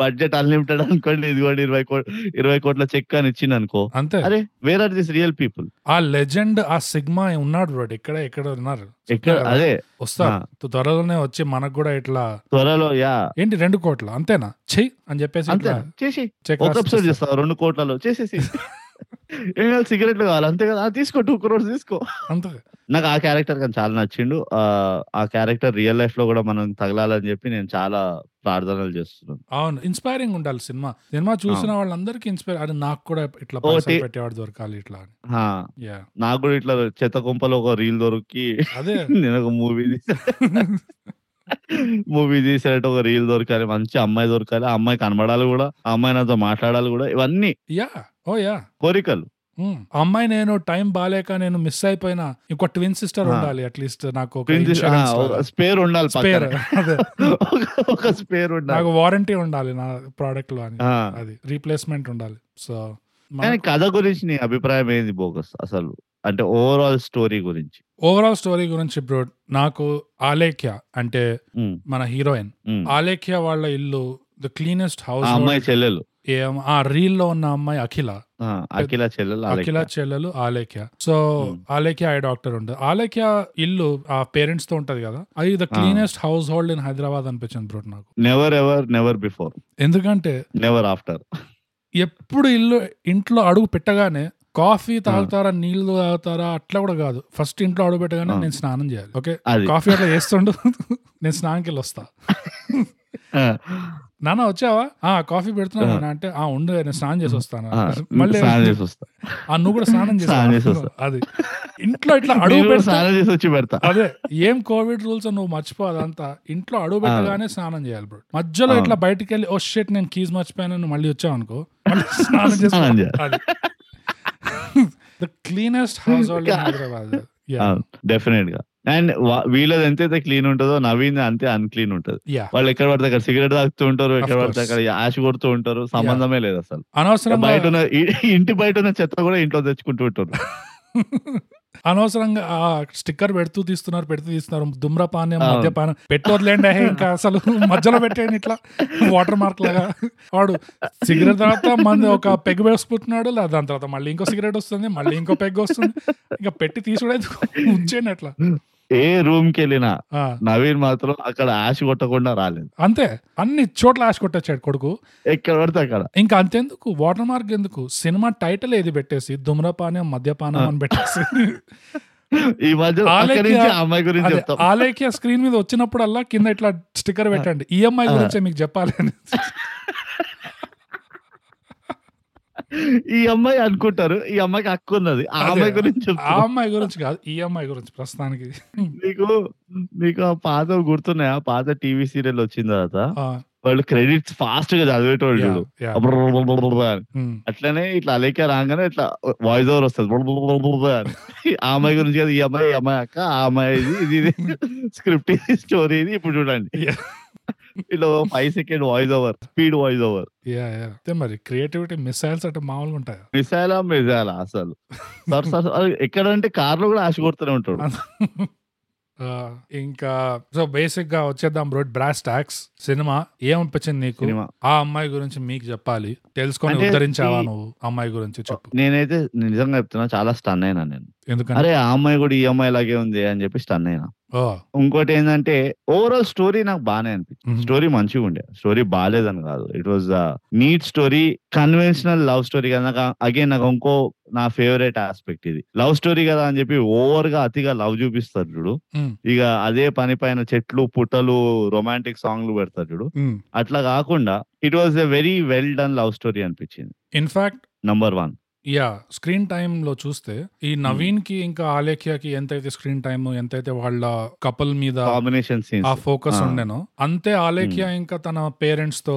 Speaker 1: బడ్జెట్ అన్లిమిటెడ్ అనుకోండి ఇది కూడా ఇరవై కోట్ల ఇరవై కోట్ల చెక్ అని ఇచ్చింది అనుకో
Speaker 2: అంతే
Speaker 1: అరే where are this real people
Speaker 2: ఆ లెజెండ్ ఆ సిగ్మా ఉన్నాడు బ్రో ఇక్కడ ఎక్కడ ఉన్నారు
Speaker 1: ఎక్కడ అదే
Speaker 2: వస్తారు త- త్వరలోనే వచ్చి మనకు కూడా ఇట్లా
Speaker 1: త్వరలో యా
Speaker 2: ఏంటి రెండు కోట్ల అంతేనా చెయ్యి అని చెప్పేసి
Speaker 1: అంతే
Speaker 2: ఇట్లా
Speaker 1: చేసి
Speaker 2: check
Speaker 1: ఒక ఎపిసోడ్
Speaker 2: రాసి-
Speaker 1: చేస్తావు రెండు కోట్లలో చేసేసి ఏం కావాలి సిగరెట్లు కావాలి అంతే కదా ఆ, తీసుకో టూ క్రోర్స్ తీసుకో
Speaker 2: అంతే
Speaker 1: నాకు ఆ క్యారెక్టర్ కానీ చాలా నచ్చిండు ఆ, ఆ క్యారెక్టర్ రియల్ లైఫ్ లో కూడా మనం తగలాలని చెప్పి నేను చాలా ప్రార్థనలు చేస్తున్నాను
Speaker 2: అవును ఇన్స్పైరింగ్ ఉండాలి సినిమా సినిమా చూసిన వాళ్ళందరికీ ఇన్స్పైర్ అది నాకు కూడా ఇట్లా
Speaker 1: ఓ,
Speaker 2: పైసలు
Speaker 1: టీ-
Speaker 2: పెట్టేవాడు దొరకాలి ఇట్లా అని
Speaker 1: ఆ,
Speaker 2: యా
Speaker 1: నాకు కూడా ఇట్లా చెత్త కుంపలో ఒక రీల్ దొరికి
Speaker 2: అదే [LAUGHS]
Speaker 1: నేను ఒక మూవీ మూవీ తీసినట్టు ఒక రీల్ దొరకాలి మంచి అమ్మాయి దొరకాలి ఆ అమ్మాయి కనబడాలి కూడా ఆ అమ్మాయి నాతో మాట్లాడాలి కూడా ఇవన్నీ
Speaker 2: యా ఓ యా
Speaker 1: కోరికలు
Speaker 2: ఉమ్. అమ్మాయి నేను టైం బాగాలేక నేను మిస్ అయిపోయినా ఇంకో ట్విన్ సిస్టర్
Speaker 1: ఆ.
Speaker 2: ఉండాలి అట్లీస్ట్ నాకు ఒక ఇన్సూరెన్స్
Speaker 1: ప్రిన్స్ స్పేర్ ఉండాలి
Speaker 2: spare.
Speaker 1: పక్కన.
Speaker 2: అదే.
Speaker 1: [LAUGHS] ఒక- ఒక స్పేర్ ఉండాలి
Speaker 2: నాకు వారంటీ ఉండాలి నా ప్రోడక్ట్ లో అని
Speaker 1: ఆ.
Speaker 2: అది రీప్లేస్మెంట్ ఉండాలి సో
Speaker 1: కానీ కథ గురించి నీ అభిప్రాయం ఏంది బోగస్ అసలు అంటే ఓవరాల్ స్టోరీ గురించి
Speaker 2: ఓవరాల్ స్టోరీ గురించి బ్రో నాకు ఆలేఖ్య అంటే
Speaker 1: ఉమ్,
Speaker 2: మన హీరోయిన్
Speaker 1: ఉమ్.
Speaker 2: ఆలేఖ్య వాళ్ళ ఇల్లు ద క్లీనెస్ట్
Speaker 1: ఆ అమ్మాయి
Speaker 2: హౌస్
Speaker 1: చెల్లెలు
Speaker 2: ఆ రీల్ లో ఉన్న అమ్మాయి అఖిల
Speaker 1: ఆ, అఖిల చెల్లెలు
Speaker 2: అఖిల
Speaker 1: అఖిల
Speaker 2: చెల్లెలు Alekhya so
Speaker 1: Hmm.
Speaker 2: Alekhya eye doctor ఉంది ఆలేఖ్య ఇల్లు ఆ పేరెంట్స్ తో ఉంటది కదా అది the cleanest house hold in Hyderabad అనిపించింది బ్రో నాకు
Speaker 1: నెవర్ ఎవర్ నెవర్ బిఫోర్
Speaker 2: ఎందుకంటే
Speaker 1: నెవర్ ఆఫ్టర్
Speaker 2: ఎప్పుడు ఇల్లు ఇంట్లో అడుగు పెట్టగానే కాఫీ తాగుతారా నీళ్లు తాగుతారా అట్లా కూడా కాదు ఫస్ట్ ఇంట్లో అడుగు పెట్టగానే
Speaker 1: Hmm.
Speaker 2: నేను స్నానం చేయాలి ఓకే
Speaker 1: అది
Speaker 2: కాఫీ అట్లా చేస్తుండు నేను స్నానంకి వెళ్ళి వస్తా
Speaker 1: ఆ,
Speaker 2: నాన్న వచ్చావా ఆ కాఫీ పెడుతున్నాను
Speaker 1: ఆ.
Speaker 2: నాన్న అంటే ఆ ఉండు నేను స్నానం చేసి వస్తాను
Speaker 1: ఆ,
Speaker 2: మళ్ళీ
Speaker 1: స్నానం చేసి వస్తా
Speaker 2: ఆ నువ్వు కూడా స్నానం
Speaker 1: స్నానం చేసి
Speaker 2: చేసావు
Speaker 1: వస్తా.
Speaker 2: అది ఇంట్లో ఇట్లా అడుగు
Speaker 1: నేను కూడా
Speaker 2: పెడతా
Speaker 1: స్నానం చేసి వచ్చి పెడతా
Speaker 2: అదే ఏం కోవిడ్ రూల్స్ నువ్వు మర్చిపో అదంతా ఇంట్లో అడుగు పెట్టగానే స్నానం చేయాలి బ్రో మధ్యలో
Speaker 1: ఆ.
Speaker 2: ఇట్లా బయటికి వెళ్ళి ఓ షెట్ నేను కీజ్ మర్చిపోయాను నువ్వు మళ్ళీ వచ్చావు అనుకో మళ్ళీ స్నానం
Speaker 1: స్నానం
Speaker 2: చేసి
Speaker 1: చేయాలి.
Speaker 2: The cleanest house hold
Speaker 1: [LAUGHS]
Speaker 2: in Hyderabad yeah
Speaker 1: definite గా అండ్ వీళ్ళది ఎంతైతే క్లీన్ ఉంటుందో నవీన్ అంతే అన్క్లీన్ ఉంటది
Speaker 2: యా
Speaker 1: వాళ్ళు ఎక్కడ పడితే అక్కడ సిగరెట్ తాగుతూ ఉంటారు
Speaker 2: Of
Speaker 1: ఎక్కడ పడితే
Speaker 2: course.
Speaker 1: అక్కడ యాష్ కొడుతూ ఉంటారు సంబంధమే లేదు అసలు
Speaker 2: అనవసరంగా
Speaker 1: బయట ఉన్న ఇ- ఇంటి బయట ఉన్న చెత్త కూడా ఇంట్లో తెచ్చుకుంటూ
Speaker 2: [LAUGHS]
Speaker 1: ఉంటారు
Speaker 2: అనవసరంగా ఆ స్టిక్కర్ పెడుతూ తీస్తున్నారు పెడుతూ తీస్తున్నారు దుమ్రపానం
Speaker 1: అవును.
Speaker 2: మద్యపానం పెట్టోర్లేండి అహే ఇంకా అసలు మధ్యలో పెట్టేయండి ఇట్లా వాటర్ మార్క్ లాగా వాడు సిగరెట్ తర్వాత మంది ఒక పెగ్ వేసుకుంటున్నాడు లేదా దాని తర్వాత మళ్ళీ ఇంకో సిగరెట్ వస్తుంది మళ్ళీ ఇంకో పెగ్ వస్తుంది ఇంకా పెట్టి తీసుడే ఉంచేయండి అట్లా
Speaker 1: ఏ రూమ్ కి వెళ్ళినా
Speaker 2: ఆ,
Speaker 1: నవీన్ మాత్రం అక్కడ యాష్ కొట్టకుండా రాలేదు
Speaker 2: అంతే అన్ని చోట్ల ఆశ కొట్టొచ్చాడు కొడుకు
Speaker 1: ఎక్కడ పడితే అక్కడ
Speaker 2: ఇంకా అంతెందుకు వాటర్ మార్క్ ఎందుకు సినిమా టైటిల్ ఏది పెట్టేసి దుమ్రపానం మద్యపానం అని పెట్టేసి
Speaker 1: ఈ మధ్య అక్కడి
Speaker 2: ఆలకి-
Speaker 1: నుంచి ఆ అమ్మాయి గురించి
Speaker 2: అదే,
Speaker 1: చెప్తాం
Speaker 2: ఆలయకి స్క్రీన్ మీద వచ్చినప్పుడల్లా కింద ఇట్లా స్టిక్కర్ పెట్టండి ఈఎంఐ గురించే మీకు చెప్పాలి అని
Speaker 1: ఈ అమ్మాయి అనుకుంటారు ఈ అమ్మాయికి హక్కు ఉన్నది ఆ
Speaker 2: అదే.
Speaker 1: అమ్మాయి గురించి
Speaker 2: ఆ
Speaker 1: చెప్తాం
Speaker 2: అమ్మాయి గురించి కాదు ఈఎంఐ గురించి ప్రస్తుతానికి
Speaker 1: నీకు నీకు ఆ పాత గుర్తున్నాయా పాత టీవీ సీరియల్ వచ్చిన తర్వాత
Speaker 2: ఆ,
Speaker 1: వాళ్ళు క్రెడిట్స్ ఫాస్ట్ గా చదివేటోళ్ళు చూడు
Speaker 2: యా
Speaker 1: అబ్బుర్రుర్రుర్రుర్రు అని. అట్లనే ఇట్లా అలేక రాగానే ఇట్లా వాయిస్ ఓవర్ వస్తుంది బుర్రుర్రుర్రుర్రు అని. ఆ అమ్మాయి గురించి కదా ఈ అమ్మాయి ఈ అమ్మాయి అక్క ఆ అమ్మాయి ఇది, ఇది ఇది స్క్రిప్ట్ ఇది స్టోరీ ఇది ఇప్పుడు చూడండి
Speaker 2: Yeah.
Speaker 1: ఇట్లా five second voice over speed voice over
Speaker 2: yeah yeah అదే మరి క్రియేటివిటీ మిసైల్స్ అంటే మామూలుగా ఉంటాయి
Speaker 1: మిసైలా మిసైలా అసలు సార్ సార్ సార్ ఎక్కడంటే కార్లో కూడా ఆశ కొడుతూనే ఉంటాడు
Speaker 2: ఆ, ఇంకా సో బేసిక్ గా వచ్చేద్దాం బ్రో బ్రాస్ ట్యాక్స్ సినిమా ఏమనిపించింది నీకు
Speaker 1: సినిమా
Speaker 2: ఆ అమ్మాయి గురించి మీకు చెప్పాలి తెలుసుకొని
Speaker 1: అంటే
Speaker 2: ఉద్ధరించావా
Speaker 1: ఈ-
Speaker 2: నువ్వు అమ్మాయి గురించి చెప్పు
Speaker 1: నేనైతే నిజంగా చెప్తున్నా చాలా స్టన్ అయినా నేను
Speaker 2: ఎందుకంటే
Speaker 1: అరే ఆ అమ్మాయి కూడా ఈ అమ్మాయి లాగే ఉంది అని చెప్పి స్టన్ అయినా
Speaker 2: ఓ,
Speaker 1: ఇంకోటి ఏంటంటే ఓవరాల్ స్టోరీ నాకు బాగానే అనిపించింది
Speaker 2: మ్మ్.
Speaker 1: స్టోరీ మంచిగా ఉండే స్టోరీ బాగాలేదని కాదు it was neat story conventional love story కదా నాకు అగైన్ నాకు ఇంకో నా ఫేవరెట్ ఆస్పెక్ట్ ఇది లవ్ స్టోరీ కదా అని చెప్పి ఓవర్ గా అతిగా లవ్ చూపిస్తారు చూడు
Speaker 2: మ్మ్.
Speaker 1: ఇక అదే పని పైన చెట్లు పుట్టలు రొమాంటిక్ సాంగ్లు పెడతారు చూడు
Speaker 2: మ్మ్.
Speaker 1: అట్లా కాకుండా it was a very well done love story అనిపించింది
Speaker 2: in fact
Speaker 1: number one
Speaker 2: yeah screen time లో చూస్తే ఈ నవీన్ కి ఇంకా ఆలేఖ్యకి ఎంతైతే స్క్రీన్ టైమ్ ఎంతైతే వాళ్ళ కపుల్ మీద
Speaker 1: కాంబినేషన్
Speaker 2: ఆ
Speaker 1: సీన్స్
Speaker 2: ఫోకస్
Speaker 1: ఆ. Hmm.
Speaker 2: ఉండేనో అంతే ఆలేఖ్య ఇంకా తన పేరెంట్స్ తో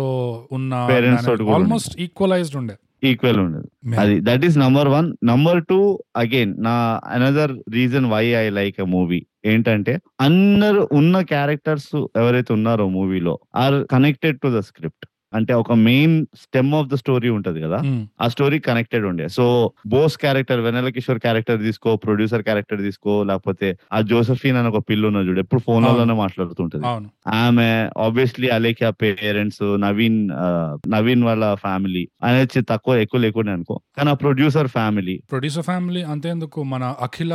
Speaker 1: Parents తోటి
Speaker 2: ఉన్న
Speaker 1: కూడా
Speaker 2: ఆల్మోస్ట్ ఈక్వలైజ్డ్ ఉండే
Speaker 1: ఈక్వల్ ఉండదు అది that is number one number two again నా another reason why I like a movie ఏంటంటే అందరు ఉన్న క్యారెక్టర్స్ ఎవరైతే ఉన్నారో మూవీలో are connected to the script అంటే ఒక main stem of the story ఉంటది కదా
Speaker 2: మ్మ్.
Speaker 1: ఆ స్టోరీ కనెక్టెడ్ ఉండే so Bose character Vennela Kishore character తీసుకో ప్రొడ్యూసర్ క్యారెక్టర్ తీసుకో లేకపోతే ఆ జోసఫీన్ అని ఒక పిల్లు ఉన్న చూడు ఎప్పుడు ఫోన్ లోనే మాట్లాడుతుంటది
Speaker 2: అవును
Speaker 1: ఆమె ఆబ్వియస్లీ అలేఖ్య పేరెంట్స్ నవీన్ ఆ, నవీన్ వాళ్ళ ఫ్యామిలీ అనేది తక్కువ ఎక్కువ లేకుండా అనుకో కానీ ఆ ప్రొడ్యూసర్ ఫ్యామిలీ
Speaker 2: ప్రొడ్యూసర్ ఫ్యామిలీ అంతేందుకు మన అఖిల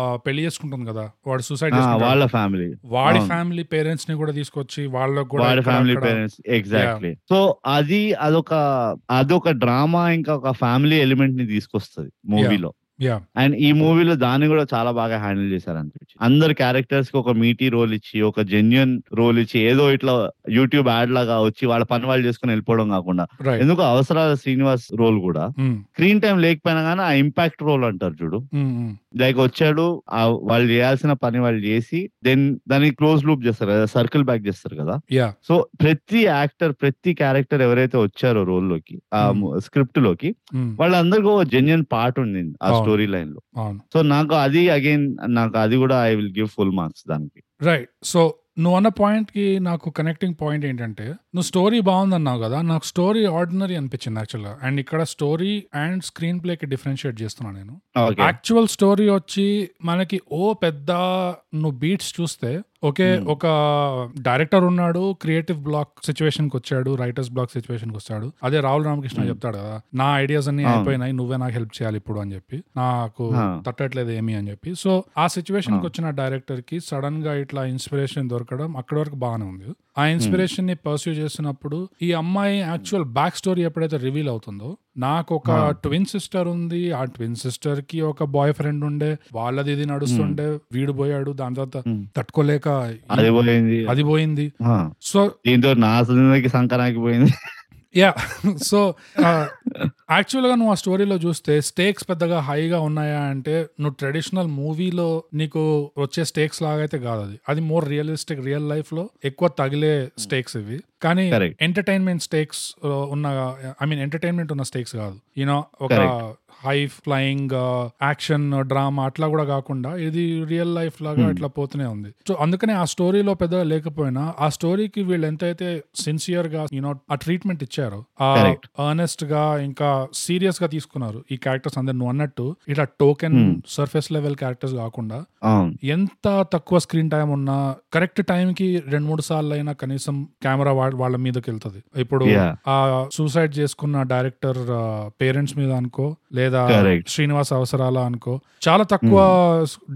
Speaker 2: ఆ, పెళ్లి చేసుకుంటుంది కదా వాడు సూసైడ్
Speaker 1: వాళ్ళ
Speaker 2: చేసుకుంటాడు
Speaker 1: ఫ్యామిలీ
Speaker 2: వాడి
Speaker 1: అవును.
Speaker 2: ఫ్యామిలీ పేరెంట్స్ ని కూడా తీసుకొచ్చి వాళ్ళకు కూడా
Speaker 1: వాడి
Speaker 2: ఇక్కడ
Speaker 1: ఫ్యామిలీ
Speaker 2: అక్కడ-
Speaker 1: పేరెంట్స్ ఎగ్జాక్ట్లీ సో అది అదొక అదొక డ్రామా ఇంకా ఒక ఫ్యామిలీ ఎలిమెంట్ ని తీసుకొస్తుంది మూవీలో
Speaker 2: Yeah.
Speaker 1: అండ్ ఈ మూవీలో దాన్ని కూడా చాలా బాగా హ్యాండిల్ చేశారు అనిపించింది అందరు క్యారెక్టర్స్ కి ఒక మీటీ రోల్ ఇచ్చి ఒక జెన్యున్ రోల్ ఇచ్చి ఏదో ఇట్లా యూట్యూబ్ యాడ్ లాగా వచ్చి వాళ్ళ పని వాళ్ళు చేసుకుని వెళ్ళిపోవడం కాకుండా
Speaker 2: Right.
Speaker 1: ఎందుకు అవసరాల శ్రీనివాస్ రోల్ కూడా
Speaker 2: Mm,
Speaker 1: స్క్రీన్ టైం లేకపోయినా కానీ ఆ ఇంపాక్ట్ రోల్ అంటారు చూడు
Speaker 2: mm, mm.
Speaker 1: లైక్ వచ్చాడు ఆ వాళ్ళు చేయాల్సిన పని వాళ్ళు చేసి దెన్ దానికి క్లోజ్ లూప్ చేస్తారు కదా సర్కిల్ బ్యాక్ చేస్తారు కదా
Speaker 2: Yeah.
Speaker 1: సో ప్రతి యాక్టర్ ప్రతి క్యారెక్టర్ ఎవరైతే వచ్చారో రోల్ లోకి ఆ
Speaker 2: Hmm.
Speaker 1: స్క్రిప్ట్ లోకి
Speaker 2: Mm,
Speaker 1: వాళ్ళందరికీ ఒక జెన్యున్ పార్ట్ ఉంది ఆ
Speaker 2: అవును.
Speaker 1: స్టోరీ లైన్ లో
Speaker 2: అవును
Speaker 1: సో నాకు అది అగైన్ నాకు అది కూడా I will give full marks దానికి
Speaker 2: రైట్ సో నువ్వు అన్న పాయింట్ కి నాకు కనెక్టింగ్ పాయింట్ ఏంటంటే నువ్వు స్టోరీ బాగుందన్నావు కదా నాకు స్టోరీ ఆర్డినరీ అనిపించింది యాక్చువల్గా అండ్ ఇక్కడ స్టోరీ అండ్ స్క్రీన్ ప్లే కి డిఫరెన్షియేట్ చేస్తున్నాను నేను
Speaker 1: ఓకే
Speaker 2: యాక్చువల్ స్టోరీ వచ్చి మనకి ఓ పెద్ద నువ్వు బీట్స్ చూస్తే ఓకే
Speaker 1: Hmm.
Speaker 2: ఒక డైరెక్టర్ ఉన్నాడు క్రియేటివ్ బ్లాక్ సిచ్యువేషన్ కి వచ్చాడు రైటర్స్ బ్లాక్ సిచ్యువేషన్ కి వచ్చాడు అదే రాహుల్ రామకృష్ణ
Speaker 1: Hmm.
Speaker 2: చెప్తాడు కదా నా ఐడియాస్ అన్ని
Speaker 1: Ah.
Speaker 2: అయిపోయినాయి నువ్వే నాకు హెల్ప్ చేయాలి ఇప్పుడు అని చెప్పి నాకు
Speaker 1: Ah.
Speaker 2: తట్టట్లేదు ఏమి అని చెప్పి సో ఆ సిచ్యువేషన్ కి
Speaker 1: Ah.
Speaker 2: వచ్చిన డైరెక్టర్ కి సడన్ గా ఇట్లా ఇన్స్పిరేషన్ దొరకడం అక్కడ వరకు బాగానే ఉంది ఆ
Speaker 1: Hmm.
Speaker 2: ఇన్స్పిరేషన్ ని పర్సూ చేసినప్పుడు ఈ అమ్మాయి యాక్చువల్ బ్యాక్ స్టోరీ ఎప్పుడైతే రివీల్ అవుతుందో నాకు ఒక
Speaker 1: ఆ.
Speaker 2: ట్విన్ సిస్టర్ ఉంది ఆ ట్విన్ సిస్టర్ కి ఒక బాయ్ ఫ్రెండ్ ఉండే వాళ్ళది ఇది నడుస్తుండే వీడు పోయాడు దాని తర్వాత
Speaker 1: Hmm.
Speaker 2: తట్టుకోలేక
Speaker 1: అది పోయింది
Speaker 2: అది పోయింది
Speaker 1: ఆ.
Speaker 2: సో
Speaker 1: దీంతో నా సంగతికి సంకరానికి పోయింది [LAUGHS]
Speaker 2: యా [LAUGHS] సో యాక్చువల్ గా నువ్వు ఆ స్టోరీలో చూస్తే స్టేక్స్ పెద్దగా హైగా ఉన్నాయా అంటే నువ్వు ట్రెడిషనల్ మూవీలో నీకు వచ్చే స్టేక్స్ లాగా అయితే కాదు అది అది మోర్ రియలిస్టిక్ రియల్ లైఫ్ లో ఎక్కువ తగిలే స్టేక్స్ ఇవి కానీ
Speaker 1: Correct.
Speaker 2: ఎంటర్టైన్మెంట్ స్టేక్స్ ఉన్న ఐ మీన్ ఎంటర్టైన్మెంట్ ఉన్న స్టేక్స్ కాదు యూనో ఒక uh, high flying action drama అట్లా కూడా కాకుండా ఇది రియల్ లైఫ్ లాగా
Speaker 1: Hmm.
Speaker 2: ఇట్లా పోతూనే ఉంది సో అందుకనే ఆ స్టోరీలో పెద్దగా లేకపోయినా ఆ స్టోరీకి వీళ్ళు ఎంతైతే సిన్సియర్ గా యూనో ఆ ట్రీట్మెంట్ ఇచ్చారో ఆ
Speaker 1: Correct.
Speaker 2: అర్నెస్ట్ గా ఇంకా సీరియస్ గా తీసుకున్నారు ఈ క్యారెక్టర్స్ అందరు నువ్వు అన్నట్టు ఇట్లా token
Speaker 1: Hmm.
Speaker 2: Surface level characters కాకుండా
Speaker 1: అవును
Speaker 2: ఎంత తక్కువ స్క్రీన్ టైం ఉన్నా కరెక్ట్ టైం కి రెండు మూడు సార్లు అయినా కనీసం కెమెరా వాళ్ళ మీదకి వెళ్తది ఇప్పుడు
Speaker 1: Yeah.
Speaker 2: ఆ సూసైడ్ చేసుకున్న డైరెక్టర్ పేరెంట్స్ మీద అనుకో లేదా
Speaker 1: Correct. Hmm.
Speaker 2: శ్రీనివాస్ అవసరాల అనుకో చాలా తక్కువ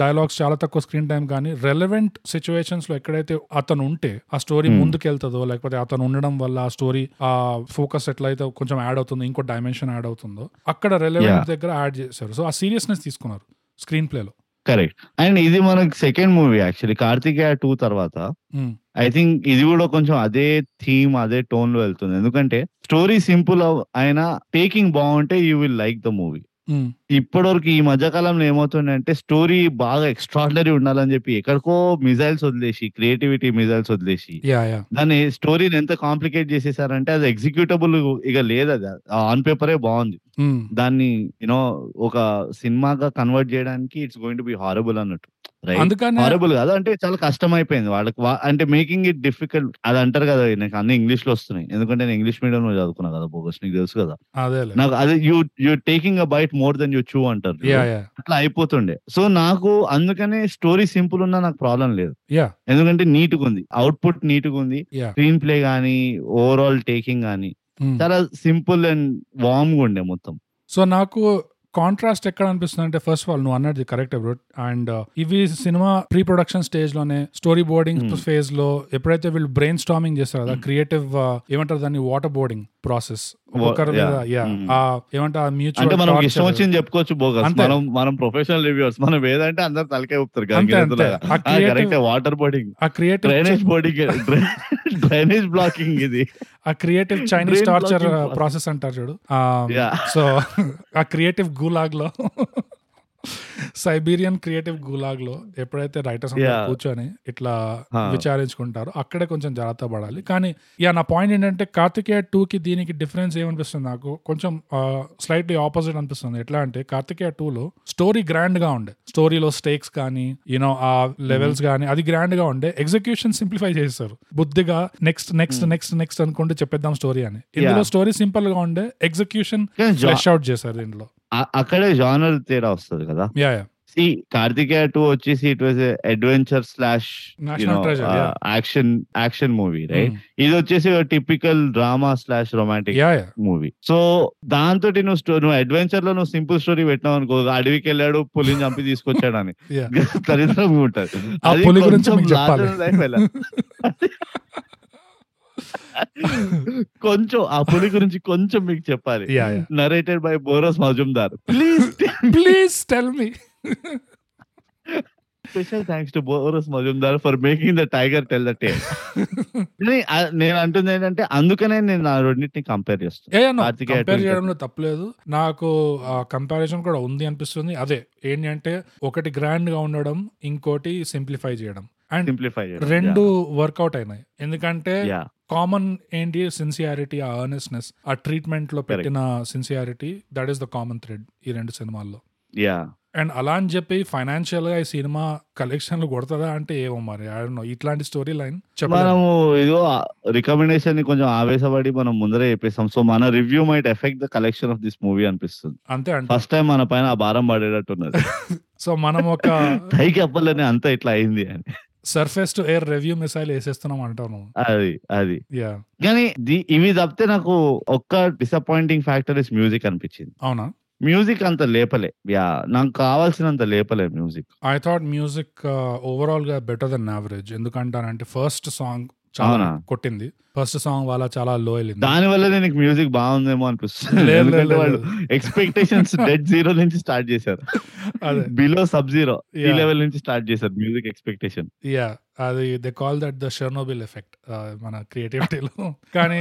Speaker 2: డైలాగ్స్ చాలా తక్కువ స్క్రీన్ టైం కానీ రెలవెంట్ సిచ్యువేషన్స్ లో ఎక్కడైతే అతను ఉంటే ఆ స్టోరీ
Speaker 1: Hmm.
Speaker 2: ముందుకు వెళ్తుందో లేకపోతే అతను ఉండడం వల్ల ఆ స్టోరీ ఆ ఫోకస్ ఎట్లయితే కొంచెం యాడ్ అవుతుందో ఇంకో డైమెన్షన్ యాడ్ అవుతుందో అక్కడ
Speaker 1: Yeah.
Speaker 2: రెలవెంట్ దగ్గర యాడ్ చేశారు సో ఆ సీరియస్నెస్ తీసుకున్నారు స్క్రీన్ ప్లేలో
Speaker 1: కరెక్ట్ అండ్ ఇది మనకి second movie actually Karthikeya two తర్వాత
Speaker 2: Hmm.
Speaker 1: ఐ థింక్ ఇది కూడా కొంచెం అదే థీమ్ అదే టోన్ లో వెళ్తుంది ఎందుకంటే స్టోరీ సింపుల్ అయినా టేకింగ్ బాగుంటే you will like the movie
Speaker 2: um,
Speaker 1: ఇప్పటివరకు ఈ మధ్య కాలంలో ఏమవుతుందంటే స్టోరీ బాగా ఎక్స్ట్రాడినరీ ఉండాలని చెప్పి ఎక్కడికో మిజైల్స్ వదిలేసి క్రియేటివిటీ మిజైల్స్ వదిలేసి
Speaker 2: యా యా
Speaker 1: దాని స్టోరీని ఎంత కాంప్లికేట్ చేసేసారంటే అది ఎగ్జిక్యూటబుల్ ఇక లేదు అది ఆన్ పేపరే బాగుంది
Speaker 2: ఉమ్,
Speaker 1: దాన్ని యూనో ఒక సినిమాగా కన్వర్ట్ చేయడానికి it's going to be horrible అన్నట్టు రైట్
Speaker 2: అందుకనే
Speaker 1: హారబుల్ కాదు అంటే చాలా కష్టం అయిపోయింది వాళ్ళకి వా- అంటే మేకింగ్ ఇట్ డిఫికల్ట్ అది అంటారు కదా నాకు అన్ని ఇంగ్లీష్ లో వస్తున్నాయి ఎందుకంటే నేను ఇంగ్లీష్ మీడియం లో చదువుకున్నా కదా బోగస్ నీకు తెలుసు కదా
Speaker 2: అదేలే
Speaker 1: నాకు అది you you taking a bite more then you chew అంటారు
Speaker 2: యా యా
Speaker 1: అట్లా అయిపోతుండే సో నాకు అందుకనే స్టోరీ సింపుల్ ఉన్నా నాకు ప్రాబ్లం లేదు
Speaker 2: Yeah.
Speaker 1: ఎందుకంటే నీట్ గా ఉంది అవుట్పుట్ నీట్ గా ఉంది
Speaker 2: Yeah.
Speaker 1: స్క్రీన్ ప్లే గానీ ఓవరాల్ టేకింగ్ గానీ
Speaker 2: ఉమ్.
Speaker 1: చాలా సింపుల్ అండ్ వార్మ్ గా ఉండే మొత్తం
Speaker 2: సో నాకు కాంట్రాస్ట్ ఎక్కడ అనిపిస్తుంది అంటే ఫస్ట్ ఆఫ్ ఆల్ నువ్వు అన్నది కరెక్ట్ బ్రో అండ్ uh, ఇవి సినిమా ప్రీ ప్రొడక్షన్ స్టేజ్ లోనే స్టోరీ బోర్డింగ్
Speaker 1: Hmm.
Speaker 2: ఫేజ్ లో ఎప్పుడైతే వీళ్ళు బ్రెయిన్ స్టామింగ్ చేస్తారు కదా క్రియేటివ్ ఏమంటారు దాన్ని వాటర్ బోర్డింగ్ ప్రాసెస్ ఒక్కొక్కరు
Speaker 1: yeah.
Speaker 2: మీద యా
Speaker 1: Hmm.
Speaker 2: ఏమంటారు
Speaker 1: అంటే మనం ఇష్టం
Speaker 2: మ్యూచువల్
Speaker 1: వచ్చింది చెప్పుకోవచ్చు బోగస్
Speaker 2: అంతే.
Speaker 1: మనం మనం ప్రొఫెషనల్ రివ్యూర్స్ మనం ఏదంటే అందరు తలకే ఊపుతారు
Speaker 2: అంతే అంతే ఆ
Speaker 1: కరెక్ట్
Speaker 2: క్రియేటివ్
Speaker 1: వాటర్ బోర్డింగ్
Speaker 2: ఆ creative
Speaker 1: drainage boarding drainage blocking ఇది
Speaker 2: ఆ creative Chinese
Speaker 1: Brain
Speaker 2: torture
Speaker 1: blocking process.
Speaker 2: Process అంటారు చూడు Um,
Speaker 1: యా
Speaker 2: సో ఆ క్రియేటివ్ గులాగ్ లో సైబీరియన్ క్రియేటివ్ గులాగ్ లో ఎప్పుడైతే రైటర్స్
Speaker 1: Yeah.
Speaker 2: కూర్చొని ఇట్లా
Speaker 1: Huh.
Speaker 2: విచారించుకుంటారు అక్కడే కొంచెం జాగ్రత్త పడాలి కానీ యా నా పాయింట్ ఏంటంటే కార్తికేయ టూ కి దీనికి డిఫరెన్స్ ఏమనిపిస్తుంది నాకు కొంచెం స్లైట్లీ ఆపోజిట్ అనిపిస్తుంది ఎట్లా అంటే కార్తికేయ టూ లో స్టోరీ గ్రాండ్ గా ఉండే స్టోరీలో స్టేక్స్ కానీ యూనో ఆ లెవెల్స్
Speaker 1: Mm-hmm.
Speaker 2: కానీ అది గ్రాండ్ గా ఉండే ఎగ్జిక్యూషన్ సింప్లిఫై చేస్తారు బుద్ధిగా next next
Speaker 1: Mm.
Speaker 2: Next next అనుకుంటూ చెప్పేద్దాం స్టోరీ అని ఇందులో స్టోరీ సింపుల్ గా ఉండే ఎగ్జిక్యూషన్
Speaker 1: కానీ జా-
Speaker 2: ఫ్లెష్ అవుట్ చేశారు దీంట్లో
Speaker 1: ఆ- అక్కడే జానర్ తేడా వస్తుంది కదా
Speaker 2: యా యా
Speaker 1: ఈ కార్తికేయ టూ వచ్చేసి it was adventure slash
Speaker 2: National treasure,
Speaker 1: uh,
Speaker 2: yeah. Hmm.
Speaker 1: Action action movie right ఇది వచ్చేసి typical drama slash romantic
Speaker 2: yeah yeah
Speaker 1: movie so దాంతో నువ్వు స్టో నువ్వు అడ్వెంచర్ లో నువ్వు సింపుల్ స్టోరీ పెట్టినావు అనుకో అడవికి వెళ్ళాడు పులిని చంపి తీసుకొచ్చాడు అని
Speaker 2: యా
Speaker 1: దరిద్రం ఉంటుంది
Speaker 2: ఆ
Speaker 1: అది
Speaker 2: పులి గురించి
Speaker 1: కొంచెం
Speaker 2: మీకు చెప్పాలి.
Speaker 1: larger life ఎలా? కొంచెం ఆ పులి గురించి కొంచెం మీకు చెప్పాలి
Speaker 2: yeah
Speaker 1: [LAUGHS]
Speaker 2: yeah
Speaker 1: narrated by Boras Majumdar please
Speaker 2: please tell me
Speaker 1: special thanks to బోరస్ Majumdar for making the tiger tell the tale నేను అంటుంది ఏంటంటే అందుకనే నేను ఆ రెండింటిని కంపేర్ చేస్తాను
Speaker 2: ఏ
Speaker 1: కార్తికేయ
Speaker 2: కంపేర్
Speaker 1: two
Speaker 2: చేయడంలో తప్పలేదు నాకు కంపారిజన్ కూడా ఉంది అనిపిస్తుంది అదే ఏంటంటే ఒకటి గ్రాండ్ గా ఉండడం ఇంకోటి సింప్లిఫై చేయడం అండ్
Speaker 1: సింప్లిఫై
Speaker 2: రెండు వర్కౌట్ అయినాయి ఎందుకంటే
Speaker 1: యా
Speaker 2: కామన్ ఏంటి సిన్సియారిటీ ఆ అర్నెస్నెస్ ఆ ట్రీట్మెంట్ లో పెట్టిన sincerity that is the common thread ఈ రెండు సినిమాల్లో
Speaker 1: యా
Speaker 2: అండ్ అలా అని చెప్పి ఫైనాన్షియల్ గా ఈ సినిమా కలెక్షన్లు కొడతదా అంటే ఏమో మరి I don't know. ఇట్లాంటి స్టోరీ లైన్ చెప్పలేదు
Speaker 1: మనము ఇదో రికమెండేషన్ ని కొంచెం ఆవేశపడి మనం ముందరే చెప్పేసాం సో మన review might effect the collection of this movie అనిపిస్తుంది
Speaker 2: అంతే అంట
Speaker 1: ఫస్ట్ టైం మన పైన ఆ భారం పడేటట్టున్నది
Speaker 2: సో మనం ఒక
Speaker 1: [LAUGHS] పైకి అప్పలనే అంత ఇట్లా అయింది అని
Speaker 2: surface to air review missile వేసేస్తున్నాం అంటాను
Speaker 1: అది అది
Speaker 2: యా
Speaker 1: కానీ ది- ఇవి తప్పితే నాకు ఒక్క డిసప్పాయింటింగ్ ఫ్యాక్టర్ ఇస్ మ్యూజిక్ అనిపించింది
Speaker 2: అవునా
Speaker 1: మ్యూజిక్ అంత లేపలే యా నాకు కావాల్సినంత లేపలే music
Speaker 2: I thought music overall uh, గా బెటర్ దెన్ యావరేజ్ ఎందుకంటానంటే ఫస్ట్ సాంగ్ చాలా
Speaker 1: అవునా?
Speaker 2: కొట్టింది ఫస్ట్ సాంగ్ వాళ్ళ చాలా లో వెళ్ళింది
Speaker 1: దాని వల్ల నీకు మ్యూజిక్ బాగుందేమో అనిపిస్తుంది
Speaker 2: లేదు, లేదు,
Speaker 1: ఎందుకంటే వాళ్ళు
Speaker 2: లేదు. [LAUGHS]
Speaker 1: ఎక్స్పెక్టేషన్స్ డెడ్ జీరో నుంచి స్టార్ట్ చేశారు
Speaker 2: అదే
Speaker 1: బిలో సబ్ జీరో ఈ
Speaker 2: Yeah.
Speaker 1: లెవెల్ నుంచి స్టార్ట్ చేశారు మ్యూజిక్ ఎక్స్పెక్టేషన్
Speaker 2: యా అది they call that the Chernobyl effect uh, మన క్రియేటివిటీలో కానీ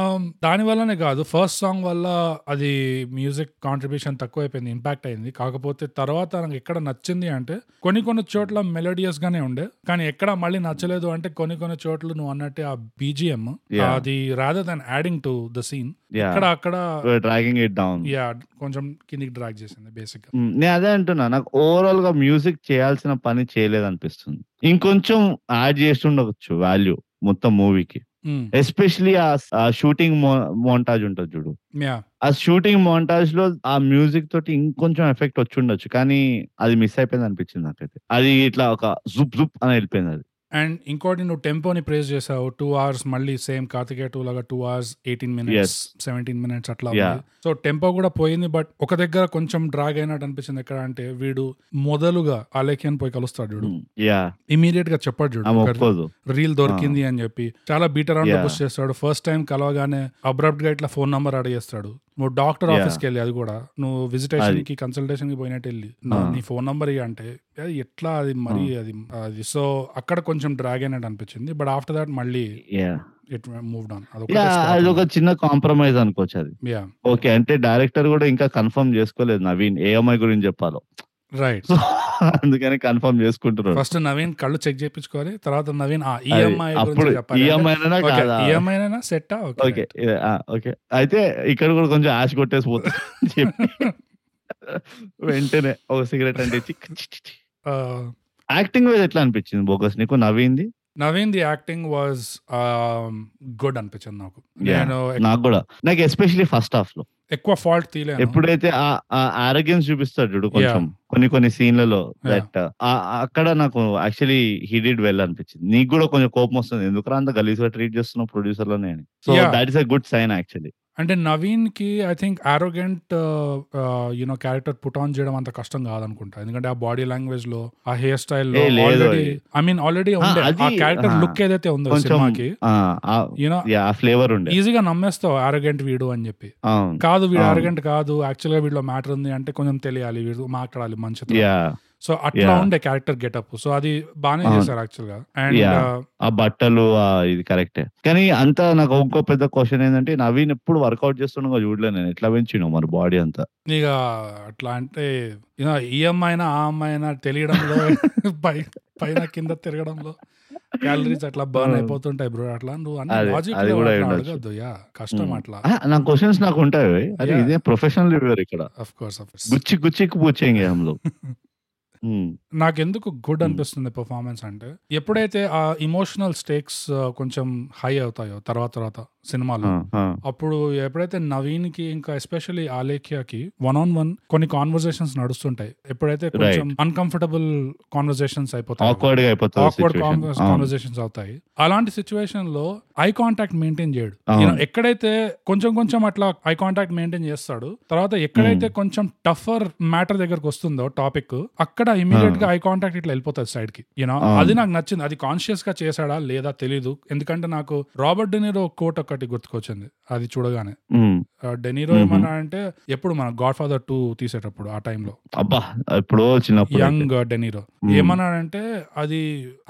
Speaker 2: um, దాని వల్లనే కాదు ఫస్ట్ సాంగ్ వల్ల అది మ్యూజిక్ కాంట్రిబ్యూషన్ తక్కువైపోయింది ఇంపాక్ట్ అయింది కాకపోతే తర్వాత నాకు ఎక్కడ నచ్చింది అంటే కొన్ని కొన్ని చోట్ల మెలోడియస్ గానే ఉండే కానీ ఎక్కడ మళ్ళీ నచ్చలేదు అంటే కొన్ని కొన్ని చోట్ల నువ్వు అన్నట్టే ఆ బీజిఎం
Speaker 1: Yeah.
Speaker 2: అది rather than adding to the scene
Speaker 1: yeah
Speaker 2: అక్కడ అక్కడ
Speaker 1: డ్రాగింగ్ ఇట్ డౌన్
Speaker 2: యా కొంచెం కిందికి డ్రాగ్ చేసింది బేసిక్ గా
Speaker 1: నేను అదే అంటున్నా నాకు ఓవరాల్ గా మ్యూజిక్ చేయాల్సిన పని చేయలేదు అనిపిస్తుంది ఇంకొంచెం యాడ్ చేస్తుండవచ్చు వాల్యూ మొత్తం మూవీకి
Speaker 2: Mm.
Speaker 1: Eh. ఎస్పెషలీ ఆ షూటింగ్ మోంటాజ్ ఉంటుంది చూడు
Speaker 2: యా
Speaker 1: ఆ షూటింగ్ మోంటాజ్ లో ఆ మ్యూజిక్ తోటి ఇంకొంచెం ఎఫెక్ట్ వచ్చి ఉండొచ్చు కానీ అది మిస్ అయిపోయింది అనిపించింది నాకైతే అది ఇట్లా ఒక జుప్ జుప్ అని వెళ్ళిపోయింది అది
Speaker 2: అండ్ ఇంకోటి నువ్వు టెంపోని ప్రేస్ చేసావు టూ అవర్స్ మళ్ళీ సేమ్ కార్తికేయ టూ లాగా two hours eighteen
Speaker 1: Yes.
Speaker 2: Minutes seventeen minutes అట్లా
Speaker 1: Yeah.
Speaker 2: సో టెంపో కూడా పోయింది బట్ ఒక దగ్గర కొంచెం డ్రాగ్ అయినట్టు అనిపించింది ఎక్కడ అంటే వీడు మొదలుగా అలేఖ్యాన్ని పోయి కలుస్తాడు చూడు
Speaker 1: యా
Speaker 2: ఇమీడియట్ గా చెప్పాడు
Speaker 1: ఆమె
Speaker 2: చూడు
Speaker 1: ఒప్పుకోదు
Speaker 2: రీల్ దొరికింది అని చెప్పి చాలా బీట్ అరౌండ్
Speaker 1: Yeah.
Speaker 2: పుష్ చేస్తాడు ఫస్ట్ టైం కలవగానే అబ్రప్ట్ గా ఇట్లా ఫోన్ నంబర్ అడిగేస్తాడు నువ్వు డాక్టర్
Speaker 1: Yeah.
Speaker 2: ఆఫీస్కి వెళ్ళి అది కూడా నువ్వు విజిటేషన్
Speaker 1: అది.
Speaker 2: కి కన్సల్టేషన్ కి పోయినట్టు వెళ్ళి నా-
Speaker 1: Ah.
Speaker 2: నీ ఫోన్ నంబర్ ఇ అంటే "ఏ, ఎట్లా అది మరి అది అది సో అక్కడ కొంచెం డ్రాగ్ అయినట్టు అనిపించింది బట్ ఆఫ్టర్ దాట్ మళ్ళీ
Speaker 1: Yeah.
Speaker 2: It moved on
Speaker 1: Yeah, అది ఒక చిన్న కాంప్రమైజ్ అనుకోవచ్చు అది
Speaker 2: యా
Speaker 1: ఓకే అంటే డైరెక్టర్ కూడా ఇంకా కన్ఫర్మ్ చేసుకోలేదు నవీన్ ఏ అమ్మాయి గురించి చెప్పాలో
Speaker 2: రైట్
Speaker 1: సో అందుకని కన్ఫర్మ్ చేసుకుంటున్నాడు
Speaker 2: ఫస్ట్ నవీన్ కళ్ళు చెక్ చేయించుకోవాలి తర్వాత నవీన్ ఆ
Speaker 1: అది.
Speaker 2: ఈఎంఐ
Speaker 1: అప్పుడు
Speaker 2: గురించి చెప్పాలి E
Speaker 1: ఈఎంఐనా కాదా
Speaker 2: ఈఎంఐనా సెట్టా
Speaker 1: ఓకే
Speaker 2: [LAUGHS]
Speaker 1: ఓకే అయితే ఇక్కడ కూడా కొంచెం ఆశ [LAUGHS] కొట్టేసిపోతుంది అని చెప్పి వెంటనే ఒక సిగరెట్ అంటే
Speaker 2: Uh,
Speaker 1: యాక్టింగ్ వైజ్ ఎట్లా అనిపించింది బోకస్ నీకు నవ్వింది
Speaker 2: Naveen the acting was good అనిపించింది నాకు
Speaker 1: Yeah.
Speaker 2: నేను ఎక్-
Speaker 1: నాకు కూడా నాకు ఎస్పెషలీ ఫస్ట్ హాఫ్ లో
Speaker 2: ఎక్కువ ఫాల్ట్ తీలేను
Speaker 1: ఎప్పుడైతే ఆ ఆరోగ్యన్స్ చూపిస్తాడు చూడు కొంచెం
Speaker 2: Yeah.
Speaker 1: కొన్ని కొన్ని సీన్లలో
Speaker 2: Yeah.
Speaker 1: దట్ అక్కడ నాకు యాక్చువల్లీ హీ డిడ్ వెల్ అనిపించింది నీకు కూడా కొంచెం కోపం వస్తుంది ఎందుకు అంత గలీజ్గా ట్రీట్ చేస్తున్నావు ప్రొడ్యూసర్లోనే అని so
Speaker 2: Yeah.
Speaker 1: That is a good sign actually
Speaker 2: అంటే నవీన్ కి I think arrogant you know character put on చేయడం అంత కష్టం కాదనుకుంటా ఎందుకంటే ఆ బాడీ లాంగ్వేజ్ లో ఆ హెయిర్ స్టైల్ లో
Speaker 1: ఏ, లేదు
Speaker 2: ఆల్రెడీ
Speaker 1: అది.
Speaker 2: ఐ మీన్ ఆల్రెడీ
Speaker 1: ఆ,
Speaker 2: ఉండే
Speaker 1: అది,
Speaker 2: ఆ క్యారెక్టర్
Speaker 1: ఆ,
Speaker 2: లుక్ ఏదైతే ఉందో
Speaker 1: కొంచెం
Speaker 2: సినిమాకి యూనో
Speaker 1: ఆ ఫ్లేవర్ ఉండే
Speaker 2: ఈజీగా నమ్మేస్తావు ఆరోగెంట్ వీడు అని చెప్పి
Speaker 1: అవును
Speaker 2: కాదు వీడు
Speaker 1: అవును.
Speaker 2: ఆరోగెంట్ కాదు యాక్చువల్ గా వీడిలో మ్యాటర్ ఉంది అంటే కొంచెం తెలియాలి వీడు మాట్లాడాలి మంచిది
Speaker 1: యా
Speaker 2: సో అట్లా
Speaker 1: Yeah.
Speaker 2: ఉండే క్యారెక్టర్ గెటప్ సో అది బాగానే
Speaker 1: అవును.
Speaker 2: చేశారు యాక్చువల్ గా uh, అండ్
Speaker 1: Yeah. ఆ బట్టలు ఆ ఇది కరెక్టే కానీ అంతా నాకు ఇంకో పెద్ద క్వశ్చన్ ఏంటంటే నవీన్ ఎప్పుడు వర్కౌట్ చేస్తుండగా చూడలే నేను ఎట్లా పెంచిను మరి బాడీ అంతా
Speaker 2: ఇక అట్లా అంటే you know, ఈ అమ్మాయినా ఆ అమ్మాయినా
Speaker 1: [LAUGHS]
Speaker 2: తెలియడంలో పై పైన కింద తిరగడంలో క్యాలరీస్ అట్లా బర్న్
Speaker 1: అవును.
Speaker 2: అయిపోతుంటాయి బ్రో అట్లా నువ్వు అన్ని
Speaker 1: అది-
Speaker 2: లాజిక్
Speaker 1: అది కూడా అయి ఉండొచ్చు.
Speaker 2: అడగద్దు యా కష్టం
Speaker 1: Hmm.
Speaker 2: అట్లా
Speaker 1: ఆ, నా క్వశ్చన్స్ నాకు ఉంటాయి అవి. అరే
Speaker 2: Yeah.
Speaker 1: ఇదే ప్రొఫెషనల్ రివ్యూర్ ఇక్కడ
Speaker 2: అఫ్ కోర్స్ అఫ్ కోర్స్
Speaker 1: గుచ్చి గుచ్చికి పూచేంగే
Speaker 2: [LAUGHS]
Speaker 1: హంలో
Speaker 2: నాకెందుకు గుడ్
Speaker 1: Hmm.
Speaker 2: అనిపిస్తుంది పెర్ఫార్మెన్స్ అంటే ఎప్పుడైతే ఆ ఇమోషనల్ స్టేక్స్ కొంచెం హై అవుతాయో తర్వాత తర్వాత సినిమాలో అప్పుడు ఎప్పుడైతే నవీన్ కి ఇంకా ఎస్పెషల్లీ ఆలేఖ్యకి వన్ ఆన్ వన్ కొన్ని కాన్వర్సేషన్స్ నడుస్తుంటాయి ఎప్పుడైతే కొంచెం అన్కంఫర్టబుల్ కాన్వర్సేషన్స్ అయిపోతాయి
Speaker 1: ఆక్వర్డ్ గా అయిపోతుంది
Speaker 2: ఆక్వర్డ్
Speaker 1: situation. అవును.
Speaker 2: కాన్వర్సేషన్స్ అవుతాయి అలాంటి సిచ్యువేషన్ లో ఐ కాంటాక్ట్ మెయింటైన్ చేయడు
Speaker 1: అవును.
Speaker 2: You know, ఎక్కడైతే కొంచెం కొంచెం అట్లా ఐ కాంటాక్ట్ మెయింటైన్ చేస్తాడు తర్వాత ఎక్కడైతే కొంచెం టఫర్ మ్యాటర్ దగ్గరకు వస్తుందో టాపిక్ అక్కడ ఇమీడియట్ గా ఐ కాంటాక్ట్ ఇట్లా వెళ్ళిపోతుంది సైడ్ కి యూనో
Speaker 1: అవును.
Speaker 2: అది నాకు నచ్చింది అది కాన్షియస్ గా చేశాడా లేదా తెలీదు ఎందుకంటే నాకు రాబర్ట్ డెనీరో కోట్ ఒకటి గుర్తుకొచ్చింది అది చూడగానే Uh,
Speaker 1: ఉమ్.
Speaker 2: ఆ, డెనీరో
Speaker 1: Mhm.
Speaker 2: ఏమన్నా అంటే ఎప్పుడు మన గాడ్ ఫాదర్ టూ తీసేటప్పుడు ఆ టైంలో
Speaker 1: అబ్బా ఎప్పుడో చిన్నప్పుడు అయితే.
Speaker 2: Young De Niro
Speaker 1: Hmm.
Speaker 2: ఏమన్నాడంటే అది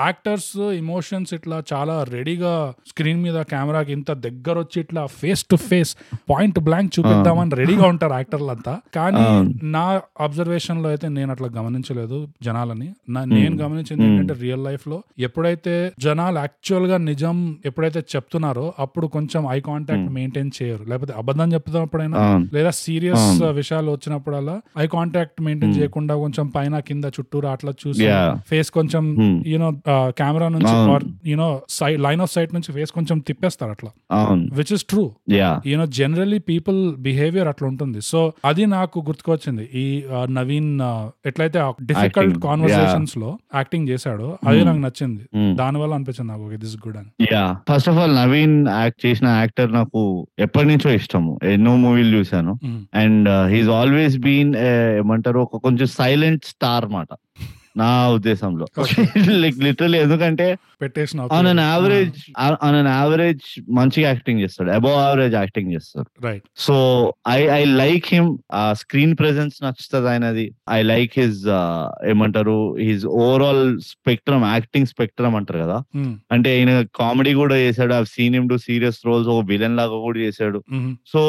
Speaker 2: యాక్టర్స్ ఇమోషన్స్ ఇట్లా చాలా రెడీగా స్క్రీన్ మీద కెమెరాకి ఇంత దగ్గర వచ్చి ఇట్లా face to face point blank చూపిద్దామని రెడీగా ఉంటారు యాక్టర్లు అంతా కానీ
Speaker 1: అవును.
Speaker 2: నా అబ్జర్వేషన్ లో అయితే నేను అట్లా గమనించలేదు జనాలని నా-
Speaker 1: Hmm.
Speaker 2: నేను గమనించింది
Speaker 1: Hmm.
Speaker 2: ఏంటంటే రియల్ లైఫ్ లో ఎప్పుడైతే జనాలు యాక్చువల్ గా నిజం ఎప్పుడైతే చెప్తున్నారో అప్పుడు కొంచెం ఐ కాంటాక్ట్
Speaker 1: Hmm.
Speaker 2: మెయింటైన్ చేయరు లేకపోతే అబద్ధం చెప్తున్నప్పుడైనా
Speaker 1: అవును.
Speaker 2: లేదా సీరియస్
Speaker 1: అవును.
Speaker 2: విషయాలు వచ్చినప్పుడల్లా ఐ కాంటాక్ట్ మెయింటైన్
Speaker 1: Hmm.
Speaker 2: చేయకుండా కొంచెం పైన కింద చుట్టూరు అట్లా చూసి
Speaker 1: Yeah.
Speaker 2: ఫేస్ కొంచెం
Speaker 1: Hmm.
Speaker 2: యూనో కెమెరా నుంచి
Speaker 1: అవును.
Speaker 2: యూనో లైన్ ఆఫ్ సైట్ నుంచి ఫేస్ కొంచెం తిప్పేస్తారు అట్లా
Speaker 1: అవును
Speaker 2: [LAUGHS] which is true
Speaker 1: yeah
Speaker 2: you know generally people behaviour అట్లా ఉంటుంది సో అది నాకు గుర్తుకొచ్చింది ఈ ఆ, నవీన్ ఆ, ఎట్లయితే డిఫికల్ట్
Speaker 1: Acting.
Speaker 2: కాన్వర్సేషన్స్ లో యాక్టింగ్ చేశాడో అది
Speaker 1: Hmm.
Speaker 2: నాకు నచ్చింది దాని వల్ల అనిపించింది నాకు దిస్ గుడ్ అని
Speaker 1: yeah first of all Naveen act చేసిన యాక్టర్ నాకు ఎప్పటి నుంచో ఇష్టము ఎన్నో మూవీలు చూశాను uh,
Speaker 2: Hmm.
Speaker 1: And he's always been ఏమంటారు ఒక కొంచెం సైలెంట్ స్టార్ మాట నా ఉద్దేశంలో [LAUGHS]
Speaker 2: Okay. Hmm.
Speaker 1: లైక్ లిటరల్ ఎందుకంటే
Speaker 2: పెట్టేసిన
Speaker 1: on an average on an average మంచిగా యాక్టింగ్ చేస్తాడు అబౌవ్ యావరేజ్ యాక్టింగ్ చేస్తాడు
Speaker 2: right
Speaker 1: so I I like him ఆ స్క్రీన్ ప్రెజెన్స్ నచ్చుతుంది ఆయనది ఐ లైక్ హిజ్ uh, ఏమంటారు his overall spectrum acting spectrum అంటారు కదా
Speaker 2: Hmm.
Speaker 1: అంటే ఈయన కామెడీ కూడా చేశాడు ఆ scene him to serious roles ఒక విలన్ లాగా కూడా చేశాడు
Speaker 2: Mm-hmm.
Speaker 1: సో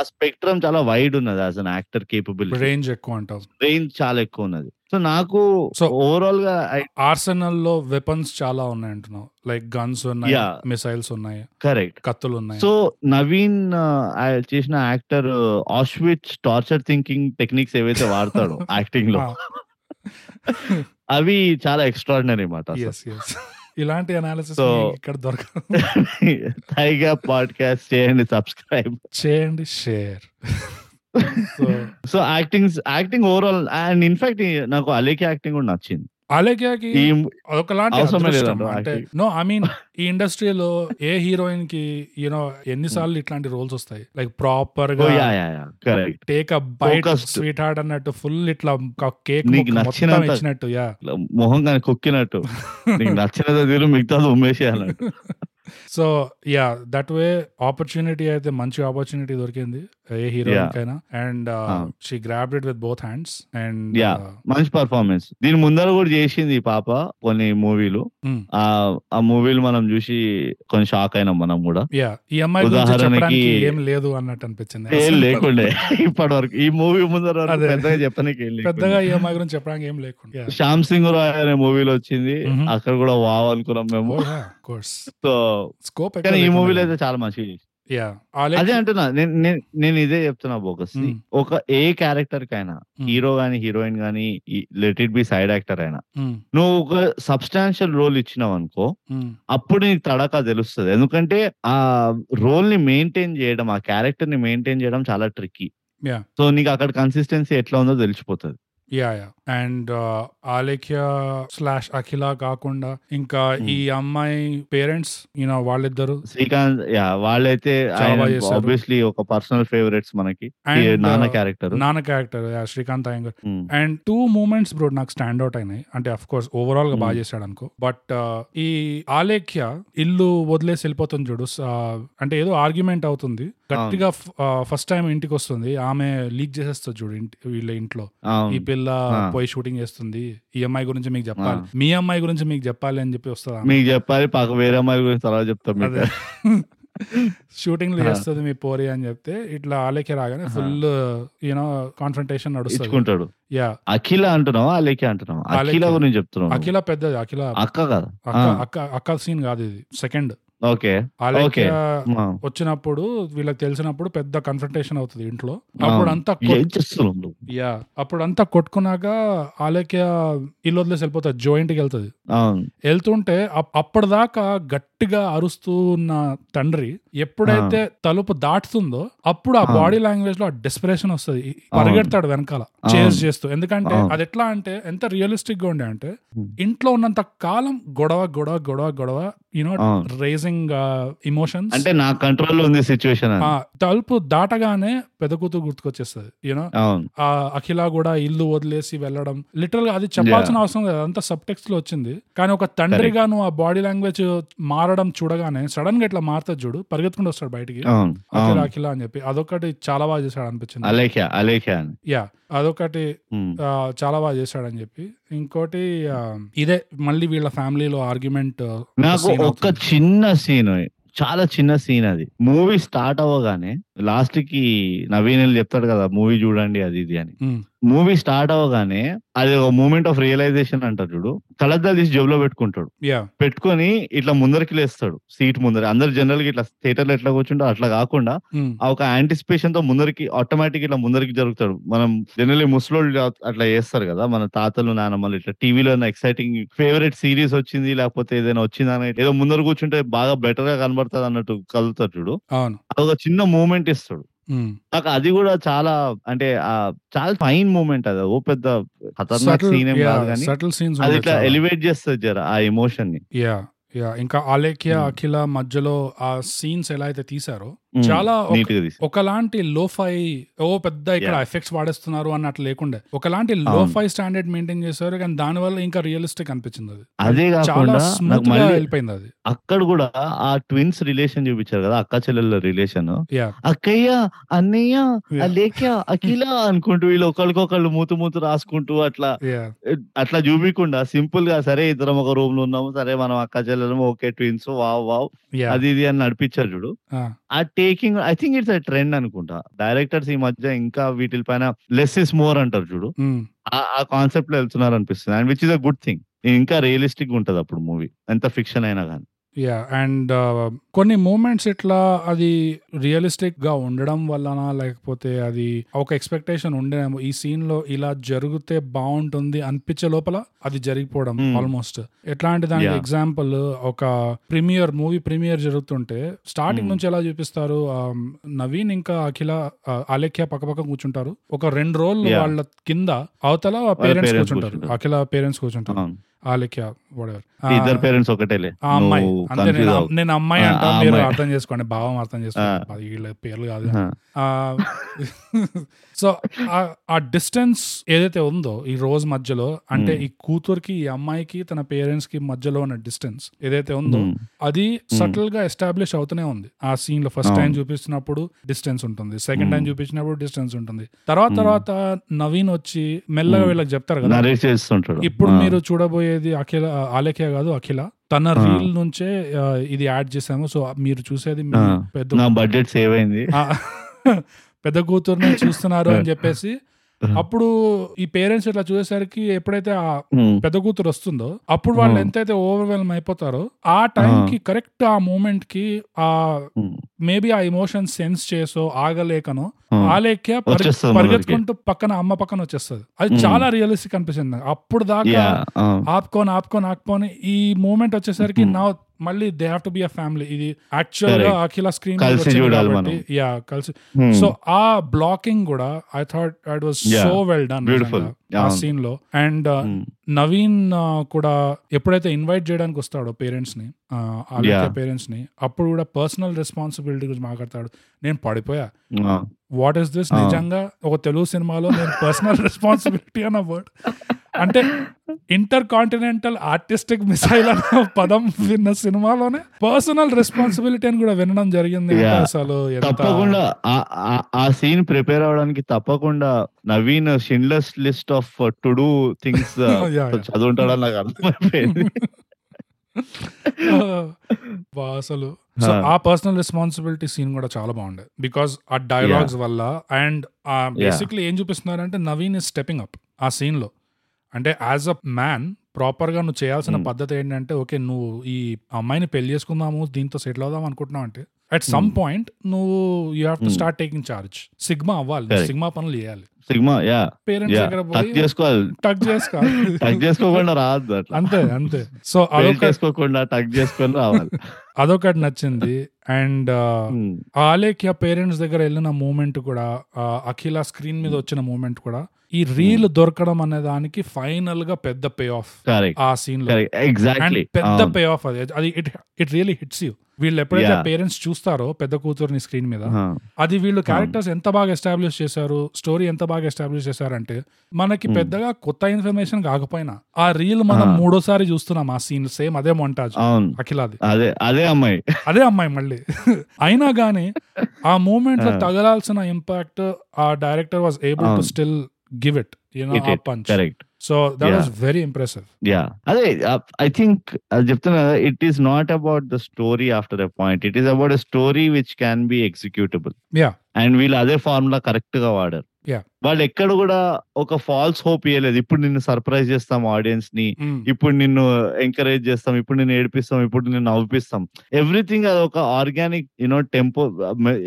Speaker 1: ఆ స్పెక్ట్రమ్ చాలా వైడ్ ఉన్నది as an actor capability
Speaker 2: range ఎక్కువ అంటావు
Speaker 1: రేంజ్ చాలా ఎక్కువ ఉన్నది సో నాకు
Speaker 2: So-
Speaker 1: ఓవరాల్ గా
Speaker 2: ఆర్సెనల్ లో వెపన్స్ చాలా ఉన్నాయి అంటున్నావు లైక్ గన్స్ ఉన్నాయి
Speaker 1: Yeah.
Speaker 2: మిసైల్స్ ఉన్నాయి
Speaker 1: కరెక్ట్
Speaker 2: కత్తులు ఉన్నాయి
Speaker 1: సో నవీన్ ఆ, చేసిన యాక్టర్ ఆస్విచ్ టార్చర్ థింకింగ్ టెక్నిక్స్ ఏవైతే వాడతాడో యాక్టింగ్ లో అవి చాలా ఎక్స్ట్రాడినరీ మాట
Speaker 2: ఎస్ ఎస్ ఇలాంటి అనాలిసిస్
Speaker 1: So-
Speaker 2: ఇక్కడ దొరకదు
Speaker 1: [LAUGHS] టైగా పాడ్కాస్ట్ చేయండి సబ్స్క్రైబ్
Speaker 2: చేయండి share so
Speaker 1: so acting acting overall and in fact నాకు అలీకి యాక్టింగ్ కూడా నచ్చింది
Speaker 2: అలేఖ్యాకి
Speaker 1: ఈ
Speaker 2: ఒకలాంటి
Speaker 1: అవసరమే
Speaker 2: అదృష్టం.
Speaker 1: లేదండి,
Speaker 2: అంటే
Speaker 1: actually.
Speaker 2: నో ఐ మీన్ ఈ ఇండస్ట్రీలో ఏ హీరోయిన్ కి యూనో ఎన్నిసార్లు ఇట్లాంటి రోల్స్ వస్తాయి లైక్ ప్రాపర్
Speaker 1: Oh,
Speaker 2: గా
Speaker 1: correct
Speaker 2: take a bite
Speaker 1: Focused.
Speaker 2: Sweet heart అన్నట్టు ఫుల్ ఇట్లా కేక్
Speaker 1: నీకు
Speaker 2: మొత్తం
Speaker 1: నచ్చినంత-
Speaker 2: ఇచ్చినట్టు యా
Speaker 1: [LAUGHS] మొహం కానీ కుక్కినట్టు నీకు నచ్చినదో తీరు మిగతాది ఉమ్మేసేయాలన్నట్టు
Speaker 2: [LAUGHS] so yeah that way opportunity అయితే మంచి ఆపర్చునిటీ దొరికింది ఏ హీరో
Speaker 1: Yeah.
Speaker 2: కైనా and
Speaker 1: Ah.
Speaker 2: She grabbed it with both hands and
Speaker 1: Yeah. మంచి పర్ఫార్మెన్స్ దీని ముందర కూడా చేసింది ఈ పాప కొన్ని మూవీలు
Speaker 2: Mm.
Speaker 1: ఆ ఆ మూవీలు మనం చూసి కొంచెం షాక్ అయినాం మనం కూడా
Speaker 2: యా ఈ అమ్మాయి గురించి
Speaker 1: ఉదాహరణకి-
Speaker 2: చెప్పడానికి ఏం లేదు అన్నట్టు
Speaker 1: ఏం
Speaker 2: [LAUGHS] అనిపించింది
Speaker 1: లేకుండే ఇప్పటి వరకు ఈ మూవీ ముందర వరకు
Speaker 2: అదే.
Speaker 1: పెద్దగా చెప్పనీకి ఏం లేకుండే.
Speaker 2: పెద్దగా ఈ అమ్మాయి గురించి చెప్పడానికి ఏం లేకుండా
Speaker 1: [LAUGHS] శ్యామ్ సింగ్ రాయ్ అనే మూవీలో వచ్చింది
Speaker 2: Mhm.
Speaker 1: అక్కడ కూడా వావ్ అనుకున్నాం
Speaker 2: Oh,
Speaker 1: మేము
Speaker 2: కోర్స్
Speaker 1: సో
Speaker 2: స్కోప్
Speaker 1: కానీ ఈ మూవీలో అయితే చాలా మంచిగా చేసింది.
Speaker 2: యా
Speaker 1: అదే అంటున్నా నేను- నేను- నేను ఇదే చెప్తున్నా బోకస్
Speaker 2: Mm.
Speaker 1: ఒక ఏ క్యారెక్టర్ కైనా
Speaker 2: Mm.
Speaker 1: హీరో గానీ హీరోయిన్ గానీ let it be side actor అయినా
Speaker 2: Hmm,
Speaker 1: నువ్వు ఒక సబ్స్టాన్షియల్ రోల్ ఇచ్చినావు అనుకో అప్పుడు నీకు తడక తెలుస్తుంది ఎందుకంటే ఆ రోల్ ని మెయింటైన్ చేయడం ఆ క్యారెక్టర్ ని మెయింటైన్ చేయడం చాలా ట్రిక్కీ
Speaker 2: Yeah.
Speaker 1: సో నీకు అక్కడ కన్సిస్టెన్సీ ఎట్లా ఉందో తెలిసిపోతుంది
Speaker 2: yeah yeah and Alekhya slash uh, Akhila కాకుండా ఇంకా
Speaker 1: Hmm.
Speaker 2: ఈ అమ్మాయి పేరెంట్స్ యూనో వాళ్ళిద్దరు
Speaker 1: శ్రీకాంత్ యా వాళ్ళైతే
Speaker 2: చాలా బాగా చేశారు.
Speaker 1: ఆబ్వియస్లీ ఒక పర్సనల్ ఫేవరెట్స్ మనకి ఈ
Speaker 2: అండ్
Speaker 1: నాన్న Hmm. క్యారెక్టర్
Speaker 2: నాన్న character Srikanth Iyengar and two moments bro నాకు స్టాండ్ అవుట్ అయినాయి అంటే అఫ్ కోర్స్ ఓవరాల్ గా బాగా
Speaker 1: Hmm.
Speaker 2: చేశాడు అనుకో బట్ ఈ ఆలేఖ్య ఇల్లు వదిలేసి వెళ్ళిపోతుంది చూడు స- అంటే ఏదో ఆర్గ్యుమెంట్ అవుతుంది గట్టిగా ఫస్ట్ టైం ఇంటికి వస్తుంది ఆమె లీక్ చేసేస్తుంది చూడు ఇంటి వీళ్ళ ఇంట్లో ఈ పిల్ల
Speaker 1: ఆ.
Speaker 2: పోయి షూటింగ్ చేస్తుంది ఈ అమ్మాయి గురించి మీకు చెప్పాలి మీ అమ్మాయి గురించి మీకు చెప్పాలి అని చెప్పి వస్తుంది ఆమె.
Speaker 1: మీకు చెప్పాలి పక్క వేరే అమ్మాయి గురించి తర్వాత చెప్తాం మీకు
Speaker 2: అదే [LAUGHS] షూటింగ్ లో
Speaker 1: ఆ.
Speaker 2: చేస్తుంది మీ పోరి అని చెప్తే ఇట్లా ఆలేకే రాగానే
Speaker 1: ఆహా.
Speaker 2: ఫుల్ యూనో కాన్ఫ్రంటేషన్ నడుస్తుంది
Speaker 1: ఇచ్చుకుంటాడు
Speaker 2: యా
Speaker 1: అఖిల అంటున్నావా అలేఖ్య అంటున్నావా అఖిల
Speaker 2: అలేఖ్య.
Speaker 1: గురించి చెప్తున్నావు
Speaker 2: అఖిల పెద్దది అఖిల
Speaker 1: అక్క కదా
Speaker 2: అక్క
Speaker 1: ఆ.
Speaker 2: అక్క అక్క సీన్ కాదు ఇది సెకండ్
Speaker 1: ఓకే
Speaker 2: ఆలేఖ్య
Speaker 1: Okay. ఆ.
Speaker 2: వచ్చినప్పుడు వీళ్ళకి తెలిసినప్పుడు పెద్ద కన్ఫ్రంటేషన్ అవుతుంది ఇంట్లో అప్పుడు అంతా కొట్-
Speaker 1: ఏం చేస్తున్నావు నువ్వు?
Speaker 2: యా అప్పుడు అంతా కొట్టుకున్నాక ఆలేఖ్య ఇల్లు వదిలేసి వెళ్ళిపోతుంది జోయింట్కి వెళ్తుంది
Speaker 1: అవును
Speaker 2: వెళ్తుంటే అప్- అప్పటిదాకా గట్టిగా అరుస్తూ ఉన్న తండ్రి ఎప్పుడైతే తలుపు దాటుతుందో అప్పుడు ఆ
Speaker 1: ఆ.
Speaker 2: బాడీ లాంగ్వేజ్ లో ఆ డెస్పిరేషన్ వస్తుంది పరిగెడతాడు వెనకాల చేజ్ చేస్తూ ఎందుకంటే
Speaker 1: అవును.
Speaker 2: అది ఎట్లా అంటే ఎంత రియలిస్టిక్ గా ఉండే అంటే
Speaker 1: Hmm.
Speaker 2: ఇంట్లో ఉన్నంత కాలం గొడవ గొడవ గొడవ గొడవ యూనో
Speaker 1: అవును.
Speaker 2: రేజింగ్ ఇమోషన్స్
Speaker 1: అంటే నా కంట్రోల్ ఉంది సిచ్యువేషన్ అని
Speaker 2: తలుపు దాటగానే పెద్ద కూతురు గుర్తుకొచ్చేస్తుంది యూనో
Speaker 1: అవును
Speaker 2: ఆ అఖిల కూడా ఇల్లు వదిలేసి వెళ్ళడం లిటరల్ గా అది చెప్పాల్సిన అవసరం లేదు అదంతా సబ్ టెక్స్ట్ లో వచ్చింది కానీ ఒక తండ్రిగా నువ్వు ఆ బాడీ లాంగ్వేజ్ మారడం చూడగానే సడన్ గా ఇట్లా మారుతుంది చూడు పరిగెత్తుకుంటూ వస్తాడు బయటికి
Speaker 1: అవును
Speaker 2: అఖిల
Speaker 1: అవును
Speaker 2: అఖిల అని చెప్పి అదొకటి చాలా బాగా చేశాడు అనిపించింది
Speaker 1: అలేఖ్య అలేఖ్య అని
Speaker 2: యా అదొకటి
Speaker 1: ఉమ్.
Speaker 2: ఆ, చాలా బాగా చేశాడని చెప్పి ఇంకోటి ఆ, ఇదే మళ్ళీ వీళ్ళ ఫ్యామిలీలో ఆర్గ్యుమెంట్
Speaker 1: నాకు ఒక్క చిన్న సీన్ చాలా చిన్న సీన్ అది మూవీ స్టార్ట్ అవ్వగానే లాస్ట్ కి నవీన్ వెళ్ళి చెప్తాడు కదా మూవీ చూడండి అది ఇది అని మూవీ స్టార్ట్ అవ్వగానే అది ఒక మూమెంట్ ఆఫ్ రియలైజేషన్ అంటారు చూడు కలద్దాలు తీసి జేబులో పెట్టుకుంటాడు
Speaker 2: యా
Speaker 1: పెట్టుకొని ఇట్లా ముందరికి లేస్తాడు సీట్ ముందర అందరు జనరల్ గా ఇట్లా థియేటర్ లో ఎట్లా కూర్చుంటారు అట్లా కాకుండా ఆ ఒక యాంటిసిపేషన్ తో ముందరికి ఆటోమేటిక్ ఇట్లా ముందరికి జరుగుతాడు మనం జనరల్లీ ముసలోళ్ళు అట్లా చేస్తారు కదా మన తాతలు నానమ్మలు ఇట్లా టీవీలో ఎక్సైటింగ్ ఫేవరెట్ సిరీస్ వచ్చింది లేకపోతే ఏదైనా వచ్చింది అని ఏదో ముందర కూర్చుంటే బాగా బెటర్ గా కనబడుతుంది అన్నట్టు కలుగుతాడు చూడు
Speaker 2: అవును
Speaker 1: అదొక చిన్న మూమెంట్ ఇస్తాడు
Speaker 2: ఉమ్.
Speaker 1: నాకు అది కూడా చాలా అంటే ఆ చాలా ఫైన్ మూమెంట్ అది ఓ పెద్ద ఖతర్నాక్
Speaker 2: Subtle-
Speaker 1: సీన్ ఏం
Speaker 2: yeah,
Speaker 1: కాదు కానీ
Speaker 2: subtle scenes
Speaker 1: అది
Speaker 2: ఉన్నాయి
Speaker 1: ఇట్లా
Speaker 2: చాలా.
Speaker 1: ఎలివేట్ చేస్తుంది జర ఆ ఎమోషన్ ని
Speaker 2: యా యా ఇంకా ఆలేఖ్య
Speaker 1: Hmm.
Speaker 2: అఖిల మధ్యలో ఆ సీన్స్ ఎలా అయితే తీసారో
Speaker 1: ఉమ్,
Speaker 2: చాలా ఒక-
Speaker 1: neat గా తీసి
Speaker 2: ఒకలాంటి లోఫై ఓ పెద్ద ఇక్కడ
Speaker 1: Yeah.
Speaker 2: ఎఫెక్ట్స్ వాడేస్తున్నారు అన్నట్లు లేకుండే ఒకలాంటి
Speaker 1: అవును.
Speaker 2: లోఫై స్టాండర్డ్ మెయింటైన్ చేశారు కానీ దానివల్ల ఇంకా రియలిస్టిక్ అనిపించింది అది
Speaker 1: అదే
Speaker 2: చాలా
Speaker 1: కాకుండా నాకు
Speaker 2: స్మూత్ గా
Speaker 1: మళ్ళీ
Speaker 2: వెళ్ళిపోయింది అది
Speaker 1: అక్కడ కూడా ఆ ట్విన్స్ రిలేషన్ చూపించారు కదా అక్క చెల్లెళ్ళ రిలేషన్
Speaker 2: యా
Speaker 1: అక్కయ్య అన్నయ్య
Speaker 2: Yeah.
Speaker 1: అలేఖ్య అఖిల అనుకుంటూ వీళ్ళు ఒకరికొకళ్ళు మూతు మూతు రాసుకుంటూ అట్లా
Speaker 2: యా
Speaker 1: అట్లా చూపించకుండా సింపుల్ గా సరే ఇద్దరం ఒక రూమ్ లో ఉన్నాము సరే మనం అక్క చెల్లెలము okay twins wow wow
Speaker 2: yeah
Speaker 1: అది ఇది అని నడిపించారు చూడు ఆ taking I think it's trend అనుకుంటా డైరెక్టర్స్ ఈ మధ్య ఇంకా వీటిపైన లెస్ ఇస్ మోర్ అంటారు చూడు ఆ- ఆ కాన్సెప్ట్ లో వెళ్తున్నారు అనిపిస్తుంది and which is a good thing ఇంకా రియలిస్టిక్ ఉంటది అప్పుడు మూవీ ఎంత ఫిక్షన్ అయినా కానీ
Speaker 2: యా అండ్ uh, కొన్ని మూమెంట్స్ ఇట్లా అది రియలిస్టిక్ గా ఉండడం వలన లేకపోతే అది ఒక ఎక్స్పెక్టేషన్ ఉండేమో ఈ సీన్ లో ఇలా జరిగితే బాగుంటుంది అనిపించే లోపల అది జరిగిపోవడం
Speaker 1: Hmm.
Speaker 2: ఆల్మోస్ట్ ఎట్లాంటి దానికి
Speaker 1: Yeah.
Speaker 2: ఎగ్జాంపుల్ ఒక ప్రీమియర్ మూవీ ప్రీమియర్ జరుగుతుంటే స్టార్టింగ్
Speaker 1: Hmm.
Speaker 2: నుంచి ఎలా చూపిస్తారు ఆ, నవీన్ ఇంకా అఖిల ఆ, అలేఖ్య పక్కపక్క కూర్చుంటారు ఒక రెండు రోజులు
Speaker 1: Yeah.
Speaker 2: వాళ్ళ కింద అవతల
Speaker 1: parents
Speaker 2: పేరెంట్స్ కూర్చుంటారు
Speaker 1: కూర్చుంటారు.
Speaker 2: అఖిల పేరెంట్స్ కూర్చుంటారు
Speaker 1: అవును
Speaker 2: ఆలిక్యా whatever. Uh, ఆ,
Speaker 1: ఇద్దరు పేరెంట్స్ ఒకటేలే
Speaker 2: ఆ అమ్మాయి
Speaker 1: నువ్వు
Speaker 2: అంతే
Speaker 1: కన్ఫ్యూజ్
Speaker 2: నేను
Speaker 1: అవ్వు.
Speaker 2: నేను అమ్మాయి
Speaker 1: ఆ,
Speaker 2: అంటా
Speaker 1: ఆ
Speaker 2: మీరు
Speaker 1: అమ్మాయి.
Speaker 2: అర్థం చేసుకోండి భావం అర్థం చేసుకోండి అది వీళ్ళ పేర్లు కాదు
Speaker 1: ఆ,
Speaker 2: సో ఆ డిస్టెన్స్ ఏదైతే ఉందో ఈ రోజు మధ్యలో అంటే
Speaker 1: Hmm.
Speaker 2: ఈ కూతురికి ఈ అమ్మాయికి తన పేరెంట్స్ కి మధ్యలో ఉన్న డిస్టెన్స్ ఏదైతే ఉందో
Speaker 1: ఉమ్,
Speaker 2: అది సటిల్ గా ఎస్టాబ్లిష్ అవుతూనే ఉంది ఆ సీన్ లో ఫస్ట్ టైం
Speaker 1: అవును.
Speaker 2: చూపిస్తున్నప్పుడు డిస్టెన్స్ ఉంటుంది సెకండ్ టైం
Speaker 1: Hmm.
Speaker 2: చూపించినప్పుడు డిస్టెన్స్ ఉంటుంది తర్వాత
Speaker 1: Hmm.
Speaker 2: తర్వాత నవీన్ వచ్చి మెల్లగా
Speaker 1: Hmm.
Speaker 2: వీళ్ళకి చెప్తారు కదా
Speaker 1: నరేష్ చేస్తుంటాడు
Speaker 2: ఇప్పుడు
Speaker 1: ఆ,
Speaker 2: మీరు చూడబోయేది అఖిల ఆలేఖ్య కాదు అఖిల తన
Speaker 1: ఆ.
Speaker 2: రీల్ నుంచే ఆ, ఇది యాడ్ చేసాము సో మీరు చూసేది మీ
Speaker 1: ఆ.
Speaker 2: పెద్ద
Speaker 1: నా బడ్జెట్ సేవ్ అయింది
Speaker 2: ఆ, పెద్ద కూతుర్ని చూస్తున్నారు అని చెప్పేసి అప్పుడు ఈ పేరెంట్స్ ఇట్లా చూసేసరికి ఎప్పుడైతే ఆ
Speaker 1: ఉమ్,
Speaker 2: పెద్ద కూతురు వస్తుందో అప్పుడు వాళ్ళు
Speaker 1: ఆ.
Speaker 2: ఎంతైతే ఓవర్వెల్మ్ అయిపోతారో ఆ టైం కి కరెక్ట్ ఆ మూమెంట్ కి ఆ
Speaker 1: ఉమ్,
Speaker 2: మేబీ ఆ ఎమోషన్ సెన్స్ చేసో ఆగలేకనో
Speaker 1: ఆ.
Speaker 2: ఆలేఖ్య పరి-
Speaker 1: వచ్చేస్తుంది
Speaker 2: పరిగెత్తుకుంటూ పక్కన అమ్మ పక్కన వచ్చేస్తుంది అది
Speaker 1: ఉమ్.
Speaker 2: చాలా రియలిస్టిక్ అనిపిస్తుంది నాకు. అప్పుడు దాకా
Speaker 1: Yeah, ఆ,
Speaker 2: ఆపుకొని ఆపుకొని ఆపుకొని ఈ మూమెంట్ వచ్చేసరికి
Speaker 1: Hmm.
Speaker 2: నా మళ్ళీ they have to be a family ఇది యాక్చువల్ గా
Speaker 1: Correct.
Speaker 2: అఖిల స్క్రీన్
Speaker 1: కలిసి చూడాలి మనం.
Speaker 2: యా కలిసి
Speaker 1: ఉమ్,
Speaker 2: సో ఆ బ్లాకింగ్ కూడా I thought it was
Speaker 1: Yeah.
Speaker 2: So well done
Speaker 1: Beautiful. Hmm.
Speaker 2: ఆ
Speaker 1: అవును.
Speaker 2: సీన్ లో అండ్
Speaker 1: ఉమ్,
Speaker 2: నవీన్ ఆ, కూడా ఎప్పుడైతే ఇన్వైట్ చేయడానికి వస్తాడో పేరెంట్స్ ని
Speaker 1: Yeah.
Speaker 2: పేరెంట్స్ ని అప్పుడు కూడా పర్సనల్ రెస్పాన్సిబిలిటీ గురించి మాట్లాడతాడు నేను పడిపోయా
Speaker 1: ఆ,
Speaker 2: వాట్ ఇస్ దిస్
Speaker 1: Ah.
Speaker 2: నిజంగా ఒక తెలుగు సినిమాలో నేను [LAUGHS] పర్సనల్ రెస్పాన్సిబిలిటీ అన్న వర్డ్ అంటే ఇంటర్ కాంటినెంటల్ ఆర్టిస్టిక్ మిసైల్ అన్న పదం విన్న సినిమాలోనే పర్సనల్ రెస్పాన్సిబిలిటీ అని కూడా వినడం జరిగింది అంటే
Speaker 1: Yeah.
Speaker 2: అసలు ఎంత
Speaker 1: తప్పకుండా ఆ- ఆ- ఆ సీన్ ప్రిపేర్ అవడానికి తప్పకుండా Naveen షిన్లెస్ list of to do things
Speaker 2: [LAUGHS] [LAUGHS] Yeah, yeah.
Speaker 1: uh, చదువుంటాడని నాకు అర్థమైపోయింది
Speaker 2: బా అసలు [LAUGHS] సో
Speaker 1: Ah.
Speaker 2: ఆ పర్సనల్ రెస్పాన్సిబిలిటీ సీన్ కూడా చాలా బాగుండే బికాస్ ఆ డైలాగ్స్ వల్ల అండ్ బేసిక్లీ ఏం చూపిస్తున్నారంటే నవీన్ ఇస్ స్టెపింగ్ అప్ ఆ సీన్ లో అంటే యాజ్ అ మ్యాన్ ప్రాపర్ గా నువ్వు చేయాల్సిన
Speaker 1: Hmm.
Speaker 2: పద్ధతి ఏంటంటే ఓకే నువ్వు ఈ అమ్మాయిని పెళ్లి చేసుకుందాము దీంతో సెటిల్ అవుదాం అనుకుంటున్నావు అంటే అట్ సమ్
Speaker 1: Hmm.
Speaker 2: పాయింట్ నువ్వు you have to
Speaker 1: Hmm.
Speaker 2: Start taking charge sigma అవ్వాలి
Speaker 1: Correct.
Speaker 2: సిగ్మా పనులు చేయాలి
Speaker 1: సిగ్మా యా
Speaker 2: పేరెంట్స్
Speaker 1: యా
Speaker 2: దగ్గర
Speaker 1: టచ్
Speaker 2: పోయి [LAUGHS]
Speaker 1: చేసుకోవాలి
Speaker 2: టక్
Speaker 1: [LAUGHS] టచ్
Speaker 2: చేసుకోవాలి
Speaker 1: చేసుకోకుండా రాదు అట్లా
Speaker 2: [LAUGHS] అంతే అంతే సో
Speaker 1: Fail
Speaker 2: అదొక
Speaker 1: చేసుకోకుండా టక్ చేసుకొని రావాలి
Speaker 2: [LAUGHS]
Speaker 1: Hmm,
Speaker 2: అదొకటి నచ్చింది uh, and
Speaker 1: um,
Speaker 2: Alekhya parents దగ్గర వెళ్ళిన మూమెంట్ కూడా ఆ అఖిల స్క్రీన్ మీద వచ్చిన మూమెంట్ కూడా ఈ రీల్ దొరకడం అనే దానికి ఫైనల్ గా పెద్ద పే ఆఫ్
Speaker 1: correct,
Speaker 2: ఆ సీన్ లో
Speaker 1: correct,
Speaker 2: అండ్
Speaker 1: exactly.
Speaker 2: పెద్ద
Speaker 1: అవును,
Speaker 2: పే ఆఫ్ అది అది it it really hits you వీళ్ళు ఎప్పుడైతే
Speaker 1: Yeah. Uh-huh.
Speaker 2: పేరెంట్స్ చూస్తారో పెద్ద కూతురుని స్క్రీన్ మీద
Speaker 1: ఆ,
Speaker 2: అది వీళ్ళు క్యారెక్టర్స్ ఎంత బాగా ఎస్టాబ్లిష్ చేశారు స్టోరీ ఎంత బాగా ఎస్టాబ్లిష్ చేశారంటే మనకి
Speaker 1: Hmm.
Speaker 2: పెద్దగా కొత్త ఇన్ఫర్మేషన్ కాకపోయినా ఆ రీల్ మనం
Speaker 1: Ah.
Speaker 2: మూడోసారి చూస్తున్నాం ఆ సీన్ సేమ్ అదే మొంటాజ్
Speaker 1: అవును
Speaker 2: అఖిలాది
Speaker 1: అదే అదే అమ్మాయి
Speaker 2: అదే అమ్మాయి మళ్ళీ అయినా కానీ ఆ మూమెంట్ లో
Speaker 1: ఆ.
Speaker 2: తగలాల్సిన ఇంపాక్ట్ ఆ డైరెక్టర్ వాజ్ ఏబుల్ టు
Speaker 1: అవును.
Speaker 2: Still give it
Speaker 1: Hit it.
Speaker 2: Punch
Speaker 1: correct
Speaker 2: so that
Speaker 1: Yeah.
Speaker 2: Was very impressive
Speaker 1: yeah అదే ఐ థింక్ అది చెప్తున్నా కదా it is not about the story after a point it is about a story which can be executable
Speaker 2: Yeah.
Speaker 1: And వీళ్ళు అదే formula correct గా వాడారు
Speaker 2: Yeah.
Speaker 1: వాళ్ళు ఎక్కడ కూడా ఒక ఫాల్స్ హోప్ ఇవ్వలేదు ఇప్పుడు నిన్ను సర్ప్రైజ్ చేస్తాం ఆడియన్స్ ని
Speaker 2: Hmm.
Speaker 1: ఇప్పుడు నిన్ను ఎంకరేజ్ చేస్తాం ఇప్పుడు నిన్ను ఏడిపిస్తాం ఇప్పుడు నిన్ను నవ్విపిస్తాం ఎవ్రీథింగ్ అది ఒక ఆర్గానిక్ యూనో టెంపో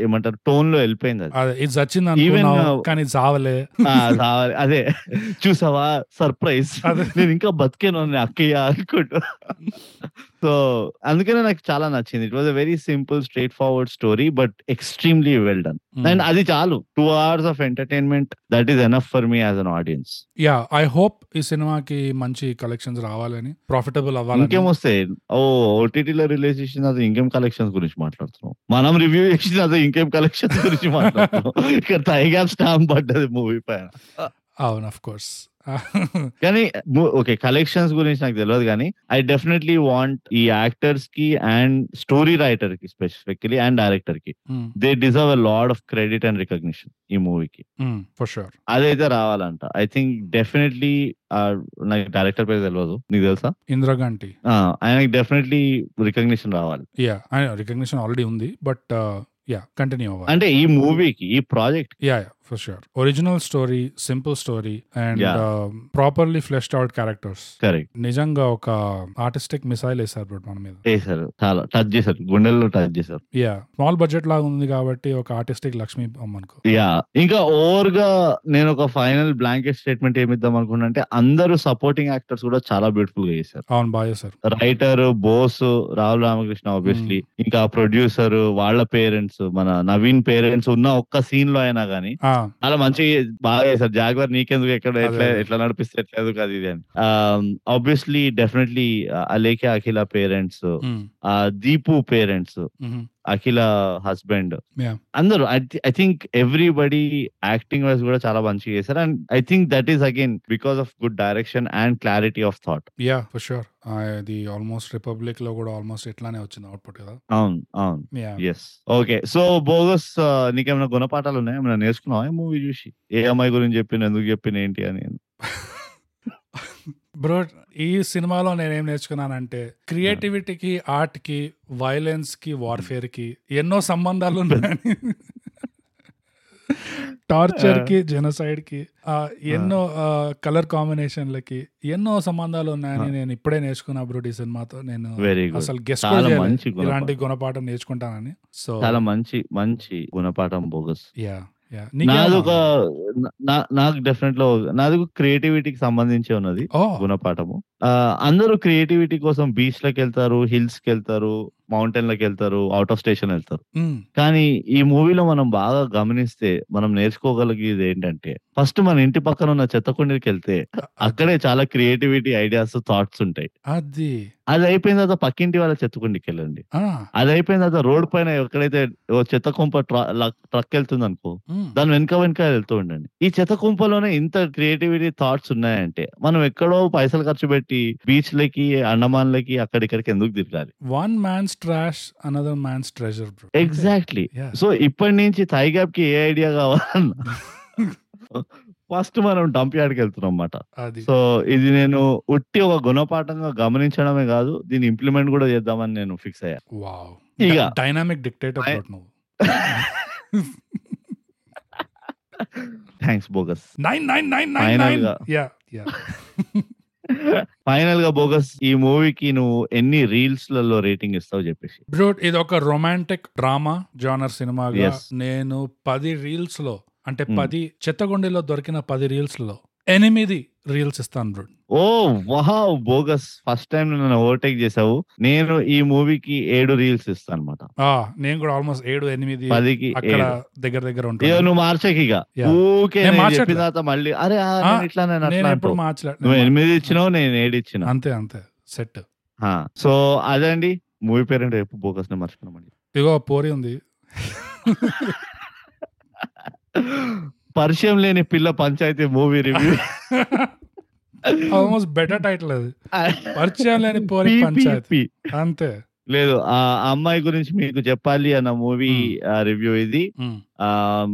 Speaker 1: ఏమంటారు టోన్ లో వెళ్ళిపోయింది
Speaker 2: [LAUGHS]
Speaker 1: అది
Speaker 2: అదే ఇది చచ్చింది
Speaker 1: Even,
Speaker 2: అనుకున్నావు
Speaker 1: uh,
Speaker 2: కానీ ఇది చావలే
Speaker 1: ఆ, రావాలి అదే చూసావా సర్ప్రైజ్
Speaker 2: అదే.
Speaker 1: నేను ఇంకా బతికేను నేను అక్కయ్య అనుకుంటా సో అందుకనే నాకు చాలా నచ్చింది it was a very simple straightforward story but extremely well done
Speaker 2: Hmm.
Speaker 1: And అది చాలు two hours of entertainment that is enough for me as an audience
Speaker 2: yeah I hope ఈ సినిమాకి మంచి కలెక్షన్స్ రావాలని ప్రాఫిటబుల్ అవ్వాలని
Speaker 1: ఇంకేమొస్తాయి ఓ ఓటీటీలో release చేసిన అది ఇంకేం కలెక్షన్స్ గురించి మాట్లాడుతున్నాం మనం రివ్యూ చేసిన అది ఇంకేం కలెక్షన్స్ గురించి మాట్లాడుతున్నాం ఇక్కడ టైగర్ స్టాంప్ పడ్డది మూవీ పైన
Speaker 2: అవును అఫ్ [LAUGHS] కోర్స్
Speaker 1: కానీ ఓకే కలెక్షన్స్ గురించి నాకు తెలియదు కానీ ఐ డెఫినెట్లీ వాంట్ ఈ యాక్టర్స్ కి అండ్ స్టోరీ రైటర్ కి స్పెసిఫికలీ అండ్ డైరెక్టర్ కి
Speaker 2: Hmm.
Speaker 1: They deserve a lot of credit and recognition ఈ మూవీకి
Speaker 2: ఫర్ షూర్
Speaker 1: అదైతే రావాలంట ఐ థింక్ డెఫినెట్లీ నాకు డైరెక్టర్ పేరు తెలియదు నీకు తెలుసా
Speaker 2: ఇందిరాగాంధీ
Speaker 1: ఆ, ఆయనకి డెఫినెట్లీ రికగ్నిషన్ రావాలి
Speaker 2: యా రికగ్నిషన్ ఆల్రెడీ ఉంది uh, బట్ యా కంటిన్యూ అవ్వాలి
Speaker 1: అంటే ఈ మూవీకి ఈ project
Speaker 2: yeah yeah for sure original story simple story and
Speaker 1: Yeah.
Speaker 2: um, properly fleshed out characters
Speaker 1: correct
Speaker 2: నిజంగా ఒక ఆర్టిస్టిక్ మిసైల్ వేసారు బ్రో మన మీద
Speaker 1: వేశారు చాలా టచ్ చేశారు గుండెల్లో టచ్ చేశారు
Speaker 2: యా స్మాల్ బడ్జెట్ లాగా ఉంది కాబట్టి ఒక ఆర్టిస్టిక్ లక్ష్మి అమ్మనుకో
Speaker 1: యా ఇంకా ఓవర్ గా నేను ఒక ఫైనల్ బ్లాంకెట్ స్టేట్మెంట్ ఏమిద్దాం అనుకున్నా అంటే అందరూ సపోర్టింగ్ యాక్టర్స్ కూడా చాలా బ్యూటిఫుల్ గా చేశారు
Speaker 2: అవును బాగా sir
Speaker 1: writer Bose Rahul Ramakrishna obviously ఇంకా ప్రొడ్యూసర్ వాళ్ళ పేరెంట్స్ మన నవీన్ పేరెంట్స్ ఉన్న ఒక్క సీన్ లో అయినా గానీ
Speaker 2: ఆ.
Speaker 1: అలా మంచి బాగా చేశారు జాగ్వర్ నీకెందుకు ఎక్కడ ఎట్లా
Speaker 2: అదే.
Speaker 1: ఎట్లా నడిపిస్తే ఎట్లా ఎందుకు అది ఇది అని obviously definitely Alekhya Akhila parents Deepu parents Akhila husband
Speaker 2: Yeah.
Speaker 1: అందరూ I think everybody acting wise కూడా చాలా మంచిగా చేశారు and I think that is again because of good direction and clarity of thought
Speaker 2: yeah for sure అది ఆల్మోస్ట్ రిపబ్లిక్ లో కూడా ఆల్మోస్ట్ ఇట్లానే వచ్చింది అవుట్పుట్ కదా
Speaker 1: అవును అవును
Speaker 2: yeah
Speaker 1: yes okay so bogus uh, నీకేమైనా గుణపాఠాలు ఉన్నాయా ఏమైనా నేర్చుకున్నావా ఈ మూవీ చూసి ఏ అమ్మాయి గురించి చెప్పిన ఎందుకు చెప్పిన ఏంటి అని
Speaker 2: బ్రో ఈ సినిమాలో నేనేం నేర్చుకున్నానంటే క్రియేటివిటీకి ఆర్ట్ కి వైలెన్స్ కి వార్ఫేర్ కి ఎన్నో సంబంధాలు ఉన్నాయని టార్చర్ కి జెనసైడ్ కి ఆ, ఎన్నో కలర్ కాంబినేషన్లకి ఎన్నో సంబంధాలు ఉన్నాయని నేను ఇప్పుడే నేర్చుకున్నా బ్రో ఈ సినిమాతో నేను
Speaker 1: వెరీ గుడ్
Speaker 2: అసలు గెస్ట్
Speaker 1: చాలా మంచి గుణపాఠం.
Speaker 2: ఇలాంటి గుణపాఠం నేర్చుకుంటానని సో
Speaker 1: చాలా మంచి మంచి గుణపాఠం బోగస్
Speaker 2: యా యా
Speaker 1: నాది ఒక నా- నాకు డెఫినెట్ లో నాది ఒక క్రియేటివిటీకి సంబంధించి ఉన్నది గుణపాఠము ఆ, అందరూ క్రియేటివిటీ కోసం బీచ్ లకు వెళ్తారు హిల్స్ కి వెళ్తారు మౌంటైన్ లకు వెళ్తారు అవుట్ ఆఫ్ స్టేషన్ వెళ్తారు కానీ ఈ మూవీలో మనం బాగా గమనిస్తే మనం నేర్చుకోగలిగేది ఏంటంటే ఫస్ట్ మన ఇంటి పక్కన ఉన్న చెత్తకుండీకి వెళ్తే అక్కడే చాలా క్రియేటివిటీ ఐడియాస్ థాట్స్ ఉంటాయి
Speaker 2: అది
Speaker 1: అది అయిపోయిన తర్వాత పక్కింటి వాళ్ళ చెత్తకుండీకి వెళ్ళండి
Speaker 2: ఆ,
Speaker 1: అది అయిపోయిన తర్వాత రోడ్ పైన ఎక్కడైతే ఓ చెత్త కుంప ట్ర- ల- ట్రక్ వెళ్తుంది అనుకో
Speaker 2: ఉమ్.
Speaker 1: దాని వెనక వెనక వెళ్తూ ఉండండి ఈ చెత్త కుంపలోనే ఇంత క్రియేటివిటీ థాట్స్ ఉన్నాయంటే మనం ఎక్కడో పైసలు ఖర్చు పెట్టి బీచ్ లకి అండమాన్ లకి అక్కడిక్కడికి ఎందుకు తిరగాలి
Speaker 2: one man's trash another man's treasure bro
Speaker 1: exactly
Speaker 2: Yeah.
Speaker 1: So ఇప్పటి నుంచి థై గ్యాప్ కి ఏ ఐడియా కావాలన్నా ఫస్ట్ మనం డంప్ యార్డ్కి వెళ్తున్నాం అన్నమాట
Speaker 2: అది
Speaker 1: సో ఇది నేను ఉట్టి ఒక గుణపాఠంగా గమనించడమే కాదు దీన్ని ఇంప్లిమెంట్ కూడా చేద్దామని నేను ఫిక్స్ అయ్యా
Speaker 2: వావ్
Speaker 1: ఇక
Speaker 2: డైనామిక్ డిక్టేటర్
Speaker 1: I-
Speaker 2: బ్రో నువ్వు
Speaker 1: thanks bogus
Speaker 2: nine nine nine nine
Speaker 1: Final
Speaker 2: nine
Speaker 1: గా.
Speaker 2: యా యా
Speaker 1: ఫైనల్ గా బోగస్ ఈ మూవీకి నువ్వు ఎన్ని రీల్స్ లలో రేటింగ్ ఇస్తావు చెప్పేసి
Speaker 2: బ్రో ఇది ఒక రొమాంటిక్ డ్రామా జానర్ సినిమాగా
Speaker 1: Yes.
Speaker 2: నేను పది రీల్స్ లో అంటే
Speaker 1: Hmm.
Speaker 2: పది చెత్తగొండిలో దొరికిన పది రీల్స్ లో ఎనిమిది రీల్స్ ఇస్తాను bro
Speaker 1: oh wow bogus first time నన్ను ఓవర్టేక్ చేసావు నేను ఈ మూవీకి ఏడు రీల్స్ ఇస్తాను అనమాట
Speaker 2: ఆ, నేను కూడా ఆల్మోస్ట్ ఏడు ఎనిమిది
Speaker 1: పదికి
Speaker 2: అక్కడ
Speaker 1: ఏడు
Speaker 2: దగ్గర దగ్గర
Speaker 1: ఇక
Speaker 2: ఉంటాను
Speaker 1: నువ్వు మార్చకి ఇక
Speaker 2: Yeah.
Speaker 1: ఊకే
Speaker 2: నేను
Speaker 1: నేను
Speaker 2: మార్చట్లా.
Speaker 1: చెప్పిన తర్వాత మళ్ళీ అరే ఆ,
Speaker 2: ఆ,
Speaker 1: నేను ఇట్లా నేను
Speaker 2: నేను
Speaker 1: అట్లా
Speaker 2: ఎప్పుడు
Speaker 1: అంటావు. నువ్వు
Speaker 2: మార్చలేదు
Speaker 1: ఎనిమిది ఇచ్చినావు నేను ఏడు ఇచ్చిన
Speaker 2: అంతే అంతే సెట్
Speaker 1: సో అదండి మూవీ పేరెంట్ రేపు బోగస్ ని మర్చిపోయినామండి
Speaker 2: ఇగో పోరి ఉంది [LAUGHS]
Speaker 1: పరిచయం లేని పిల్ల panchayat movie review
Speaker 2: almost better title అది పరిచయం లేని పోరి పంచాయతీ
Speaker 1: PPP.
Speaker 2: అంతే
Speaker 1: లేదు ఆ అమ్మాయి గురించి మీకు చెప్పాలి అన్న మూవీ
Speaker 2: Hmm.
Speaker 1: రివ్యూ ఇది
Speaker 2: ఉమ్,
Speaker 1: ఆ,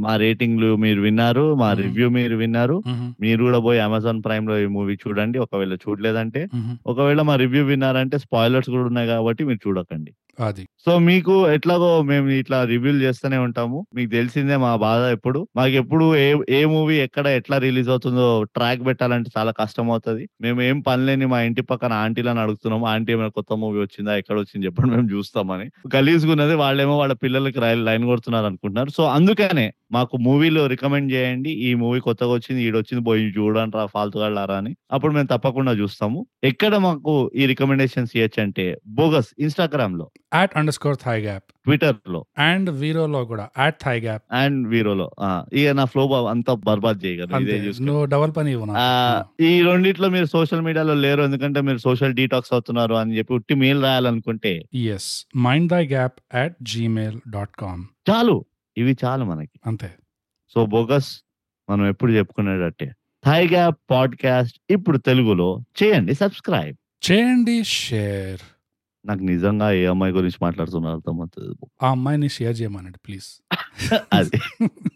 Speaker 1: మా రేటింగ్లు మీరు విన్నారు మా
Speaker 2: Hmm.
Speaker 1: రివ్యూ మీరు విన్నారు
Speaker 2: ఉమ్,
Speaker 1: మీరు కూడా పోయి అమెజాన్ ప్రైమ్ లో ఈ మూవీ చూడండి ఒకవేళ చూడలేదంటే
Speaker 2: ఉమ్.
Speaker 1: ఒకవేళ మా రివ్యూ విన్నారంటే స్పాయిలర్స్ కూడా ఉన్నాయి కాబట్టి మీరు చూడకండి
Speaker 2: అది
Speaker 1: సో మీకు ఎట్లాగో మేము ఇట్లా రివ్యూలు చేస్తూనే ఉంటాము మీకు తెలిసిందే మా బాధ ఎప్పుడు మాకు ఎప్పుడు ఏ ఏ మూవీ ఎక్కడ ఎట్లా రిలీజ్ అవుతుందో ట్రాక్ పెట్టాలంటే చాలా కష్టం అవుతుంది మేము ఏం పని లేని మా ఇంటి పక్కన ఆంటీలను అడుగుతున్నాము ఆంటీ ఏమైనా కొత్త మూవీ వచ్చిందా ఎక్కడ వచ్చింది చెప్పండి మేము చూస్తామని గలీజ్గున్నది వాళ్ళేమో వాళ్ళ పిల్లలకి రైల్ లైన్ కొడుతున్నారు అనుకుంటున్నారు సో అందుకనే మాకు మూవీలో రికమెండ్ చేయండి ఈ మూవీ కొత్తగా వచ్చింది ఈడొచ్చింది పోయి చూడండి రా ఫాల్తుగాళ్ళారా అని అప్పుడు మేము తప్పకుండా చూస్తాము ఎక్కడ మాకు ఈ రికమెండేషన్స్ ఇవ్వచ్చు అంటే బోగస్ ఇన్స్టాగ్రామ్ లో
Speaker 2: at under score thigh gap
Speaker 1: Twitter లో
Speaker 2: అండ్ వీరోలో కూడా యాట్ థై గ్యాప్
Speaker 1: అండ్ వీరోలో ఆ, ఇక నా ఫ్లో అంతా బర్బాద్ చేయగలరు ఇదే
Speaker 2: అంతే
Speaker 1: చూసుకో
Speaker 2: నువ్వు డబల్ పని ఇవ్వు నాకు. Hmm.
Speaker 1: ఆ, ఈ రెండిట్లో మీరు సోషల్ మీడియాలో లేరు ఎందుకంటే మీరు సోషల్ డీటాక్స్ అవుతున్నారు అని చెప్పి ఉట్టి మెయిల్ రాయాలనుకుంటే
Speaker 2: S mind thigh gap at Gmail dot com
Speaker 1: చాలు ఇవి చాలు మనకి
Speaker 2: అంతే
Speaker 1: సో బోగస్ మనం ఎప్పుడు చెప్పుకునేటట్టే థాయ్ గ్యాప్ పాడ్కాస్ట్ ఇప్పుడు తెలుగులో చేయండి సబ్స్క్రైబ్
Speaker 2: చేయండి షేర్
Speaker 1: నాకు నిజంగా ఏ అమ్మాయి గురించి మాట్లాడుతున్నారు అర్థమవుతుంది
Speaker 2: ఆ అమ్మాయిని షేర్ చేయమనండి ప్లీజ్
Speaker 1: అది